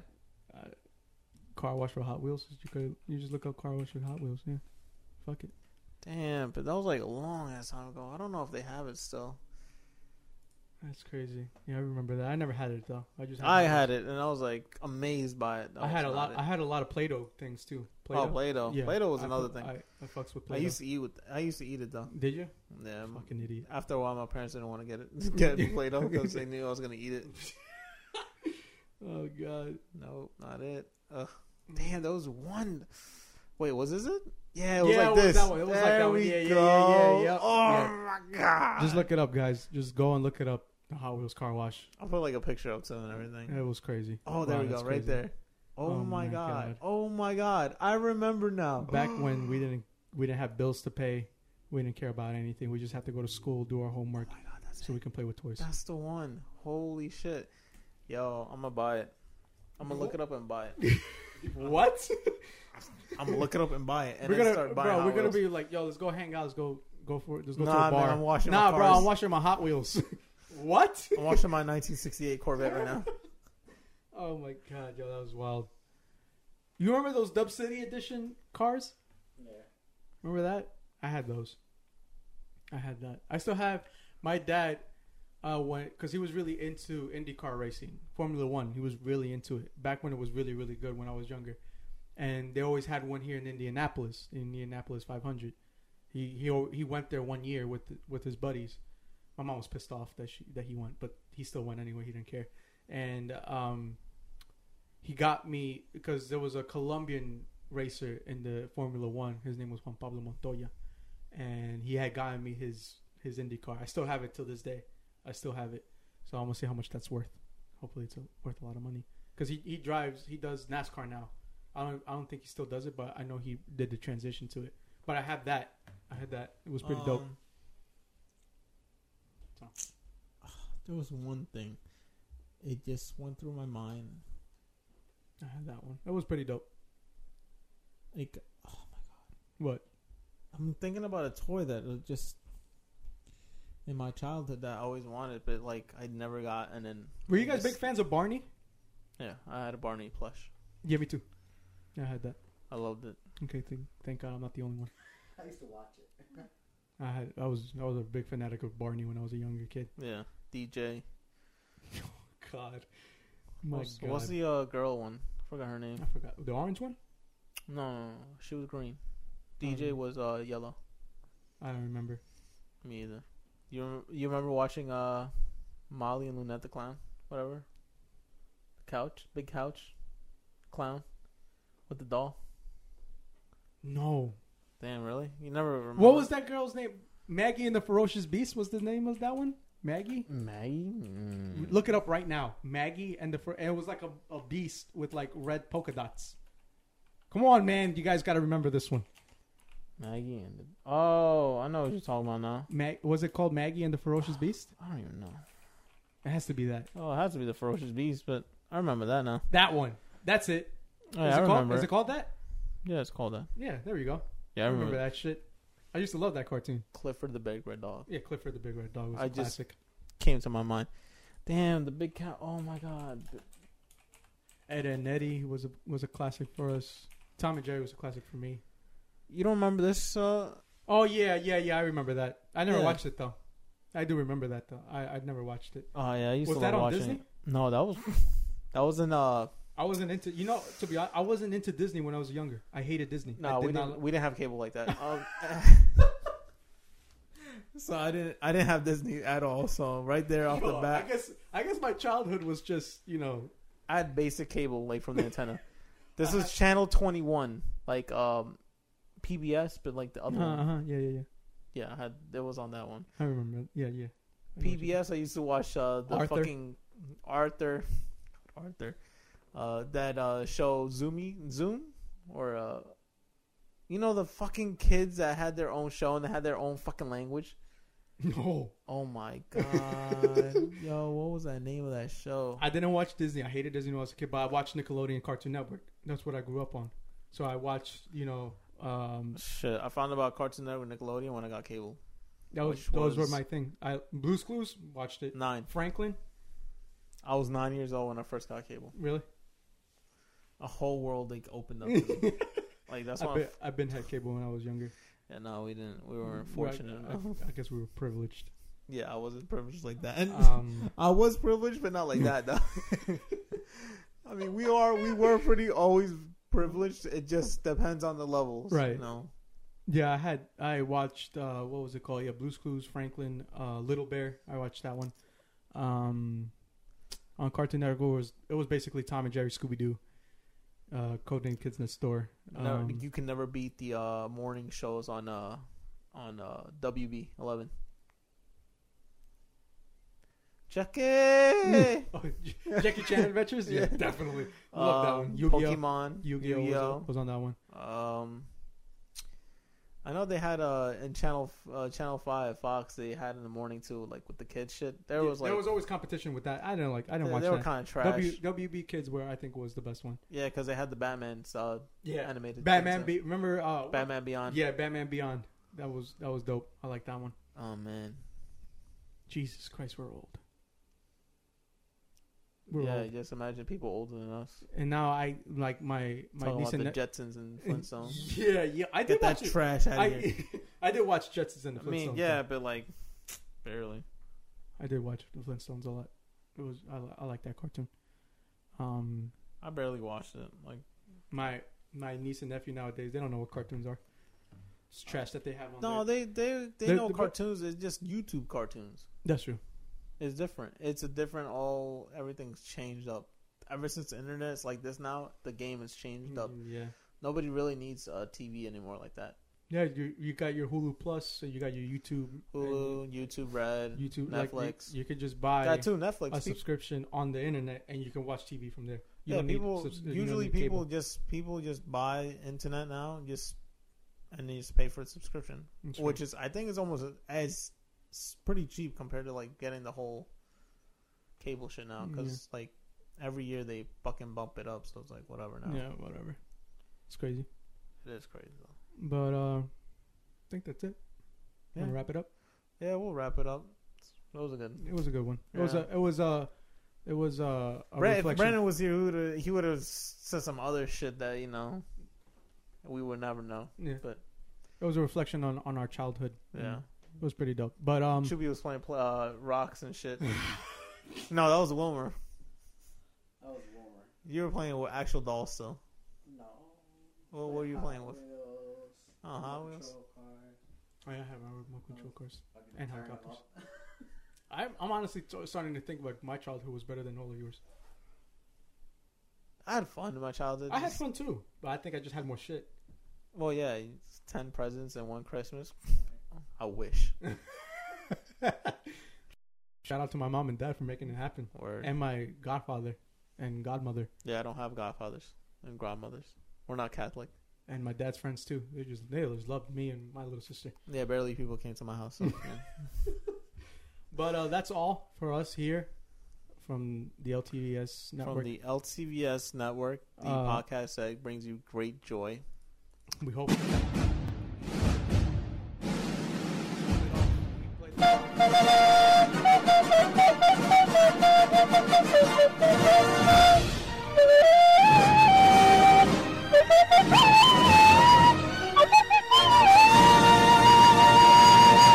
Speaker 1: Car wash for Hot Wheels. You could you just look up car wash for Hot Wheels. Yeah, fuck it.
Speaker 2: Damn, but that was like a long ass time ago. I don't know if they have it still.
Speaker 1: That's crazy. Yeah, I remember that. I never had it though. I just
Speaker 2: I
Speaker 1: Hot Wheels.
Speaker 2: had it and I was like amazed by it. That
Speaker 1: I had a
Speaker 2: was
Speaker 1: lot.
Speaker 2: not
Speaker 1: I
Speaker 2: it.
Speaker 1: had a lot of Play-Doh things too.
Speaker 2: Oh, Play-Doh. Play-Doh was another thing. I,
Speaker 1: I, I fucks with Play-Doh.
Speaker 2: used to eat with. I used to eat it though.
Speaker 1: Did you?
Speaker 2: Yeah. m-
Speaker 1: Fucking idiot.
Speaker 2: After a while, my parents didn't want to get it. Get Play-Doh because they knew I was gonna eat it.
Speaker 1: Oh god.
Speaker 2: Nope, not it. Ugh. Damn, that was one. Wait, was this it? Yeah, it was
Speaker 1: Yeah,
Speaker 2: like
Speaker 1: it was
Speaker 2: this.
Speaker 1: that one. It was like
Speaker 2: there
Speaker 1: that one.
Speaker 2: we
Speaker 1: Yeah, yeah,
Speaker 2: go.
Speaker 1: yeah, yeah, yep.
Speaker 2: Oh my god!
Speaker 1: Just look it up, guys. Just go and look it up. The Hot Wheels car wash.
Speaker 2: I'll put like a picture up to it and everything.
Speaker 1: It was crazy.
Speaker 2: Oh, there
Speaker 1: Wow,
Speaker 2: we go,
Speaker 1: that's
Speaker 2: right
Speaker 1: crazy.
Speaker 2: there. Oh,
Speaker 1: Oh
Speaker 2: my
Speaker 1: my
Speaker 2: god.
Speaker 1: God.
Speaker 2: Oh my god. I remember now.
Speaker 1: Back when we didn't we didn't have bills to pay, we didn't care about anything. We just have to go to school, do our homework,
Speaker 2: Oh my god, that's
Speaker 1: so
Speaker 2: it.
Speaker 1: we can play with toys.
Speaker 2: That's the one. Holy shit. Yo, I'm gonna buy it. I'm gonna look it up and buy it.
Speaker 1: What?
Speaker 2: I'm gonna look it up and buy it, and
Speaker 1: we're
Speaker 2: then
Speaker 1: gonna,
Speaker 2: start
Speaker 1: bro.
Speaker 2: buying. Hot
Speaker 1: We're gonna
Speaker 2: Wheels.
Speaker 1: be like, yo, let's go hang out. Let's go, go for it. Let's go to
Speaker 2: Nah,
Speaker 1: a
Speaker 2: man,
Speaker 1: bar.
Speaker 2: I'm washing
Speaker 1: nah,
Speaker 2: my
Speaker 1: bro.
Speaker 2: cars.
Speaker 1: I'm washing my Hot Wheels. what?
Speaker 2: I'm watching my 1968 Corvette right now.
Speaker 1: Oh my god, yo, that was wild. You remember those Dub City Edition cars?
Speaker 5: Yeah.
Speaker 1: Remember that? I had those. I had that. I still have my dad uh went cuz he was really into IndyCar racing, Formula 1. He was really into it back when it was really really good when I was younger. And they always had one here in Indianapolis, Indianapolis 500. He he al- he went there one year with with his buddies. My mom was pissed off that she that he went, but he still went anyway. He didn't care. And um he got me because there was a Colombian racer in the Formula One. His name was Juan Pablo Montoya, and he had gotten me his his IndyCar. I still have it till this day. I still have it, so I'm gonna see how much that's worth. Hopefully, it's worth a lot of money because he, he drives. He does NASCAR now. I don't I don't think he still does it, but I know he did the transition to it. But I have that. I had that. It was pretty dope.
Speaker 3: Um,
Speaker 1: So.
Speaker 3: There was one thing. It just went through my mind.
Speaker 1: I had that one. It was pretty dope.
Speaker 3: Like, oh my god.
Speaker 1: What?
Speaker 3: I'm thinking about a toy that was just in my childhood that I always wanted, but like I never got. And then
Speaker 1: Were you
Speaker 3: I
Speaker 1: guys big
Speaker 3: just-
Speaker 1: fans of Barney?
Speaker 2: Yeah, I had a Barney plush.
Speaker 1: Yeah, me too. Yeah, I had that.
Speaker 2: I loved it.
Speaker 1: Okay, thank, thank God I'm not the only one.
Speaker 5: I used to watch it.
Speaker 1: I had I was I was a big fanatic of Barney when I was a younger kid.
Speaker 2: Yeah, DJ.
Speaker 1: God, my
Speaker 2: what's,
Speaker 1: God,
Speaker 2: what's the uh, girl one? I forgot her name.
Speaker 1: I forgot the orange one.
Speaker 2: No, no, no, she was green. DJ
Speaker 1: Um,
Speaker 2: was uh yellow.
Speaker 1: I don't remember.
Speaker 2: Me either. You rem- you remember watching uh Molly and Lunette the Clown, whatever. The couch, big couch, clown, with the doll.
Speaker 1: No,
Speaker 2: Damn, really? You never remember?
Speaker 1: what was that girl's name? Maggie and the Ferocious Beast was the name of that one. Maggie.
Speaker 2: Maggie? Mm.
Speaker 1: Look it up right now. Maggie and the Fer- and it was like a, a beast with like red polka dots. Come on, man! You guys got to remember this one.
Speaker 2: Maggie and the. Oh, I know what you're talking about now.
Speaker 1: Mag- was it called Maggie and the Ferocious Beast?
Speaker 2: I don't even know.
Speaker 1: It has to be that.
Speaker 2: Oh, it has to be the ferocious beast, but I remember that now.
Speaker 1: That one. That's it.
Speaker 2: Oh, yeah,
Speaker 1: Is
Speaker 2: I
Speaker 1: it called,
Speaker 2: remember.
Speaker 1: is
Speaker 2: it.
Speaker 1: it called that?
Speaker 2: yeah, it's called that.
Speaker 1: Yeah. There you go.
Speaker 2: Yeah, I
Speaker 1: I
Speaker 2: remember,
Speaker 1: remember
Speaker 2: that.
Speaker 1: that shit. I used to love that cartoon.
Speaker 2: Clifford the Big Red Dog
Speaker 1: Yeah, Clifford the Big Red Dog was
Speaker 2: I
Speaker 1: a
Speaker 2: just-
Speaker 1: classic.
Speaker 2: came to my mind. Damn, the big cat. Oh my god.
Speaker 1: Ed and Eddie was a was a classic for us. Tom and Jerry was a classic for me.
Speaker 2: You don't remember this? Uh,
Speaker 1: Oh yeah, yeah, yeah. I remember that. I never
Speaker 2: Yeah.
Speaker 1: watched it though. I do remember that though. I I never watched it.
Speaker 2: oh yeah, I used
Speaker 1: Was
Speaker 2: to
Speaker 1: that
Speaker 2: love
Speaker 1: on
Speaker 2: watching.
Speaker 1: Disney?
Speaker 2: it. No, that was that was in uh.
Speaker 1: I wasn't into you know to be honest, I wasn't into Disney when I was younger. I hated Disney. I
Speaker 2: No,
Speaker 1: did
Speaker 2: we
Speaker 1: not
Speaker 2: didn't.
Speaker 1: li-
Speaker 2: We didn't have cable like that. Um,
Speaker 3: So I didn't. I didn't have Disney at all. So right there off the
Speaker 1: Yo, I
Speaker 3: bat,
Speaker 1: guess I guess my childhood was just you know
Speaker 2: I had basic cable like from the antenna. This was channel twenty one, like um, PBS, but like the other
Speaker 1: uh
Speaker 2: one.
Speaker 1: huh yeah yeah yeah.
Speaker 2: Yeah, I had it was on that one.
Speaker 1: I remember yeah yeah. I know what you-
Speaker 2: PBS. I used to watch uh, the
Speaker 1: Arthur.
Speaker 2: fucking Arthur, Arthur, uh, that uh, show Zoomy Zoom or uh, you know the fucking kids that had their own show and they had their own fucking language.
Speaker 1: No,
Speaker 2: Oh my
Speaker 3: eh,
Speaker 2: god, yo, what was that name of that show?
Speaker 1: I didn't watch Disney. I hated Disney when I was a kid, but I watched Nickelodeon, Cartoon Network. That's what I grew up on. So I watched, you know, um,
Speaker 2: Shit, I found out about Cartoon Network, Nickelodeon when I got cable.
Speaker 1: that was,
Speaker 2: Which
Speaker 1: those were
Speaker 2: was-
Speaker 1: my thing. I Blue's Clues watched it.
Speaker 2: Nine.
Speaker 1: Franklin,
Speaker 2: I was nine years old when I first got cable.
Speaker 1: really?
Speaker 2: A whole world like opened up. to me. like that's why.
Speaker 1: I've
Speaker 2: I'm
Speaker 1: been,
Speaker 2: f-
Speaker 1: I've been had cable when I was younger.
Speaker 2: yeah, no, uh, we didn't. We were unfortunate.
Speaker 1: I,
Speaker 2: enough.
Speaker 1: I- I guess we were privileged.
Speaker 2: Yeah, I wasn't privileged like that. And
Speaker 1: Um,
Speaker 2: I was privileged, but not like that though. I mean, we are we were pretty always privileged. It just depends on the levels,
Speaker 1: Right.
Speaker 2: You know?
Speaker 1: yeah, I had I watched uh, what was it called? Yeah, Blue's Clues, Franklin, uh, Little Bear. I watched that one. Um, on Cartoon Network it was it was basically Tom and Jerry, Scooby Doo, uh, codenamed Kids Next Door.
Speaker 2: Never-
Speaker 1: Um,
Speaker 2: you can never beat the uh, morning shows on uh, on uh, WB eleven. Jackie,
Speaker 1: Oh, Jackie Chan Adventures? Yeah,
Speaker 2: Yeah.
Speaker 1: definitely. Love that one.
Speaker 2: Um,
Speaker 1: Yu-Gi-Oh.
Speaker 2: Pokemon,
Speaker 1: Yu-Gi-Oh, was on- Was, on that one.
Speaker 2: Um, I know they had uh in channel F- uh, channel five Fox. They had in the morning too, like with the kids shit. There was like
Speaker 1: there was always competition with that. I didn't like. I
Speaker 2: they,
Speaker 1: didn't watch
Speaker 2: they were
Speaker 1: that.
Speaker 2: kind of trash. Yeah, 'cause
Speaker 1: w, WB Kids, where I think was the best one.
Speaker 2: yeah, because they had the Batman uh, animated.
Speaker 1: Batman.
Speaker 2: things,
Speaker 1: Be- remember? Uh,
Speaker 2: uh, Batman Beyond.
Speaker 1: Yeah, Batman Beyond. That was that was dope. I like that one.
Speaker 2: Oh man.
Speaker 1: Jesus Christ, we're old. We're
Speaker 3: yeah,
Speaker 1: old.
Speaker 3: just imagine people older than us
Speaker 1: And now I like my my
Speaker 3: talking
Speaker 1: niece
Speaker 3: about
Speaker 1: and
Speaker 3: the
Speaker 1: ne-
Speaker 3: Jetsons and Flintstones.
Speaker 1: Yeah, yeah. I did
Speaker 2: Get that
Speaker 1: watch. it.
Speaker 2: trash out of here.
Speaker 1: I, I did watch Jetsons and the Flintstones.
Speaker 3: I mean,
Speaker 1: though.
Speaker 3: yeah, but like barely.
Speaker 1: I did watch the Flintstones a lot. It was I, li- I like that cartoon. Um,
Speaker 3: I barely watched it. Like
Speaker 1: my my niece and nephew nowadays they don't know what cartoons are. It's trash that they have on.
Speaker 2: No,
Speaker 1: there.
Speaker 2: they they they
Speaker 1: They're-
Speaker 2: know
Speaker 1: they're-
Speaker 2: cartoons. It's just YouTube cartoons.
Speaker 1: that's true.
Speaker 2: It's different. It's a different. All everything's changed up. Ever since the internet's like this now, the game has changed up.
Speaker 1: Yeah,
Speaker 3: Mm-hmm.
Speaker 2: Nobody really needs uh, TV anymore like that.
Speaker 1: yeah. You you got your Hulu Plus, and you got your YouTube, and
Speaker 2: Hulu, YouTube Red,
Speaker 1: YouTube Netflix. Like,
Speaker 2: Netflix.
Speaker 1: you, you could just buy
Speaker 2: that too.
Speaker 1: a
Speaker 2: Netflix. People,
Speaker 1: subscription on the internet, and you can watch TV from there. You
Speaker 2: yeah,
Speaker 1: don't need
Speaker 2: people.
Speaker 1: subs- you don't
Speaker 2: usually,
Speaker 1: need
Speaker 2: people
Speaker 1: cable.
Speaker 2: just people just buy internet now. Just and they just pay for a subscription,
Speaker 1: That's
Speaker 2: which
Speaker 1: right.
Speaker 2: is I think is almost as it's pretty cheap compared to like getting the whole cable shit now.
Speaker 1: Mm,
Speaker 2: Because like every year they fucking bump it up, so it's like whatever now.
Speaker 1: yeah, whatever. It's crazy,
Speaker 3: it is crazy though.
Speaker 1: but uh, I think that's it. Yeah.
Speaker 2: Yeah.
Speaker 1: Wanna wrap it up.
Speaker 2: Yeah, we'll wrap it up. That was a good.
Speaker 1: It was a good one. It was
Speaker 2: Yeah.
Speaker 1: a. It was a. It was a. a
Speaker 2: Brand, if
Speaker 1: reflection.
Speaker 2: Brandon was here, he would've- he would have said some other shit that you know we would never know.
Speaker 1: yeah.
Speaker 2: but-
Speaker 1: it was a reflection on on our childhood.
Speaker 2: Yeah,
Speaker 1: It was pretty dope. But um,
Speaker 2: Chubby was playing pl- uh, rocks and shit. no, that was Wilmer.
Speaker 5: That was warmer.
Speaker 2: You were playing with actual dolls still.
Speaker 5: No.
Speaker 2: Well, what were you
Speaker 5: Hot
Speaker 2: playing with?
Speaker 5: Wheels,
Speaker 2: Oh, Hot Wheels.
Speaker 5: Control car.
Speaker 1: Oh, I have our remote control cars
Speaker 5: Fucking
Speaker 1: and
Speaker 5: turn 'em
Speaker 1: helicopters.
Speaker 5: up.
Speaker 1: I'm I'm honestly t- starting to think like my childhood was better than all of yours.
Speaker 2: I had fun in my childhood.
Speaker 1: I had fun too, but I think I just had more shit.
Speaker 2: Well, yeah, it's ten presents and one Christmas. I wish.
Speaker 1: Shout out to my mom and dad for making it happen,
Speaker 2: Word.
Speaker 1: and my godfather and godmother
Speaker 2: yeah, I don't have godfathers and grandmothers. We're not Catholic.
Speaker 1: and my dad's friends too. They just they just loved me and my little sister.
Speaker 2: Yeah, barely people came to my house. So, yeah.
Speaker 1: But uh, that's all for us here from the LTVS network.
Speaker 2: From the LCVS network, the
Speaker 1: Uh,
Speaker 2: podcast that brings you great joy.
Speaker 1: We hope.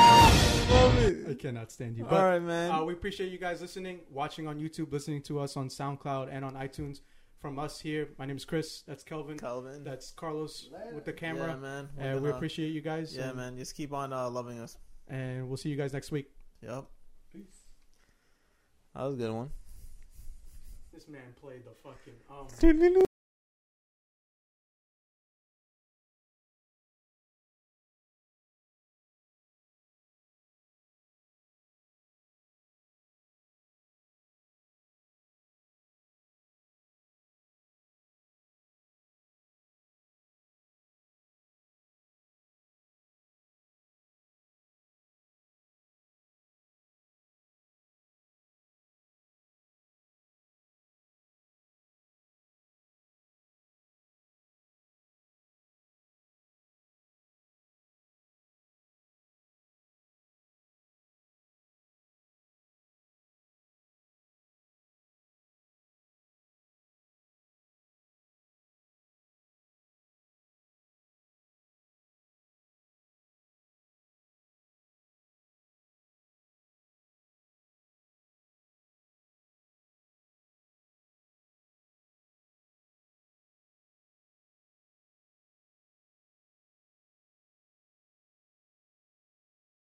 Speaker 1: I cannot stand you. But,
Speaker 2: All right, man.
Speaker 1: Uh, we appreciate you guys listening, watching on YouTube, listening to us on SoundCloud and on iTunes. From us here, my name is Chris. That's Kelvin.
Speaker 2: Calvin.
Speaker 1: That's Carlos with the
Speaker 2: Yeah,
Speaker 1: camera.
Speaker 2: man. We're
Speaker 1: and we
Speaker 2: gonna-
Speaker 1: appreciate you guys.
Speaker 2: Yeah,
Speaker 1: and,
Speaker 2: man. Just keep on uh, loving us.
Speaker 1: And we'll see you guys next week.
Speaker 2: Yep.
Speaker 5: Peace.
Speaker 2: That was a good one.
Speaker 1: This man played the fucking. Um,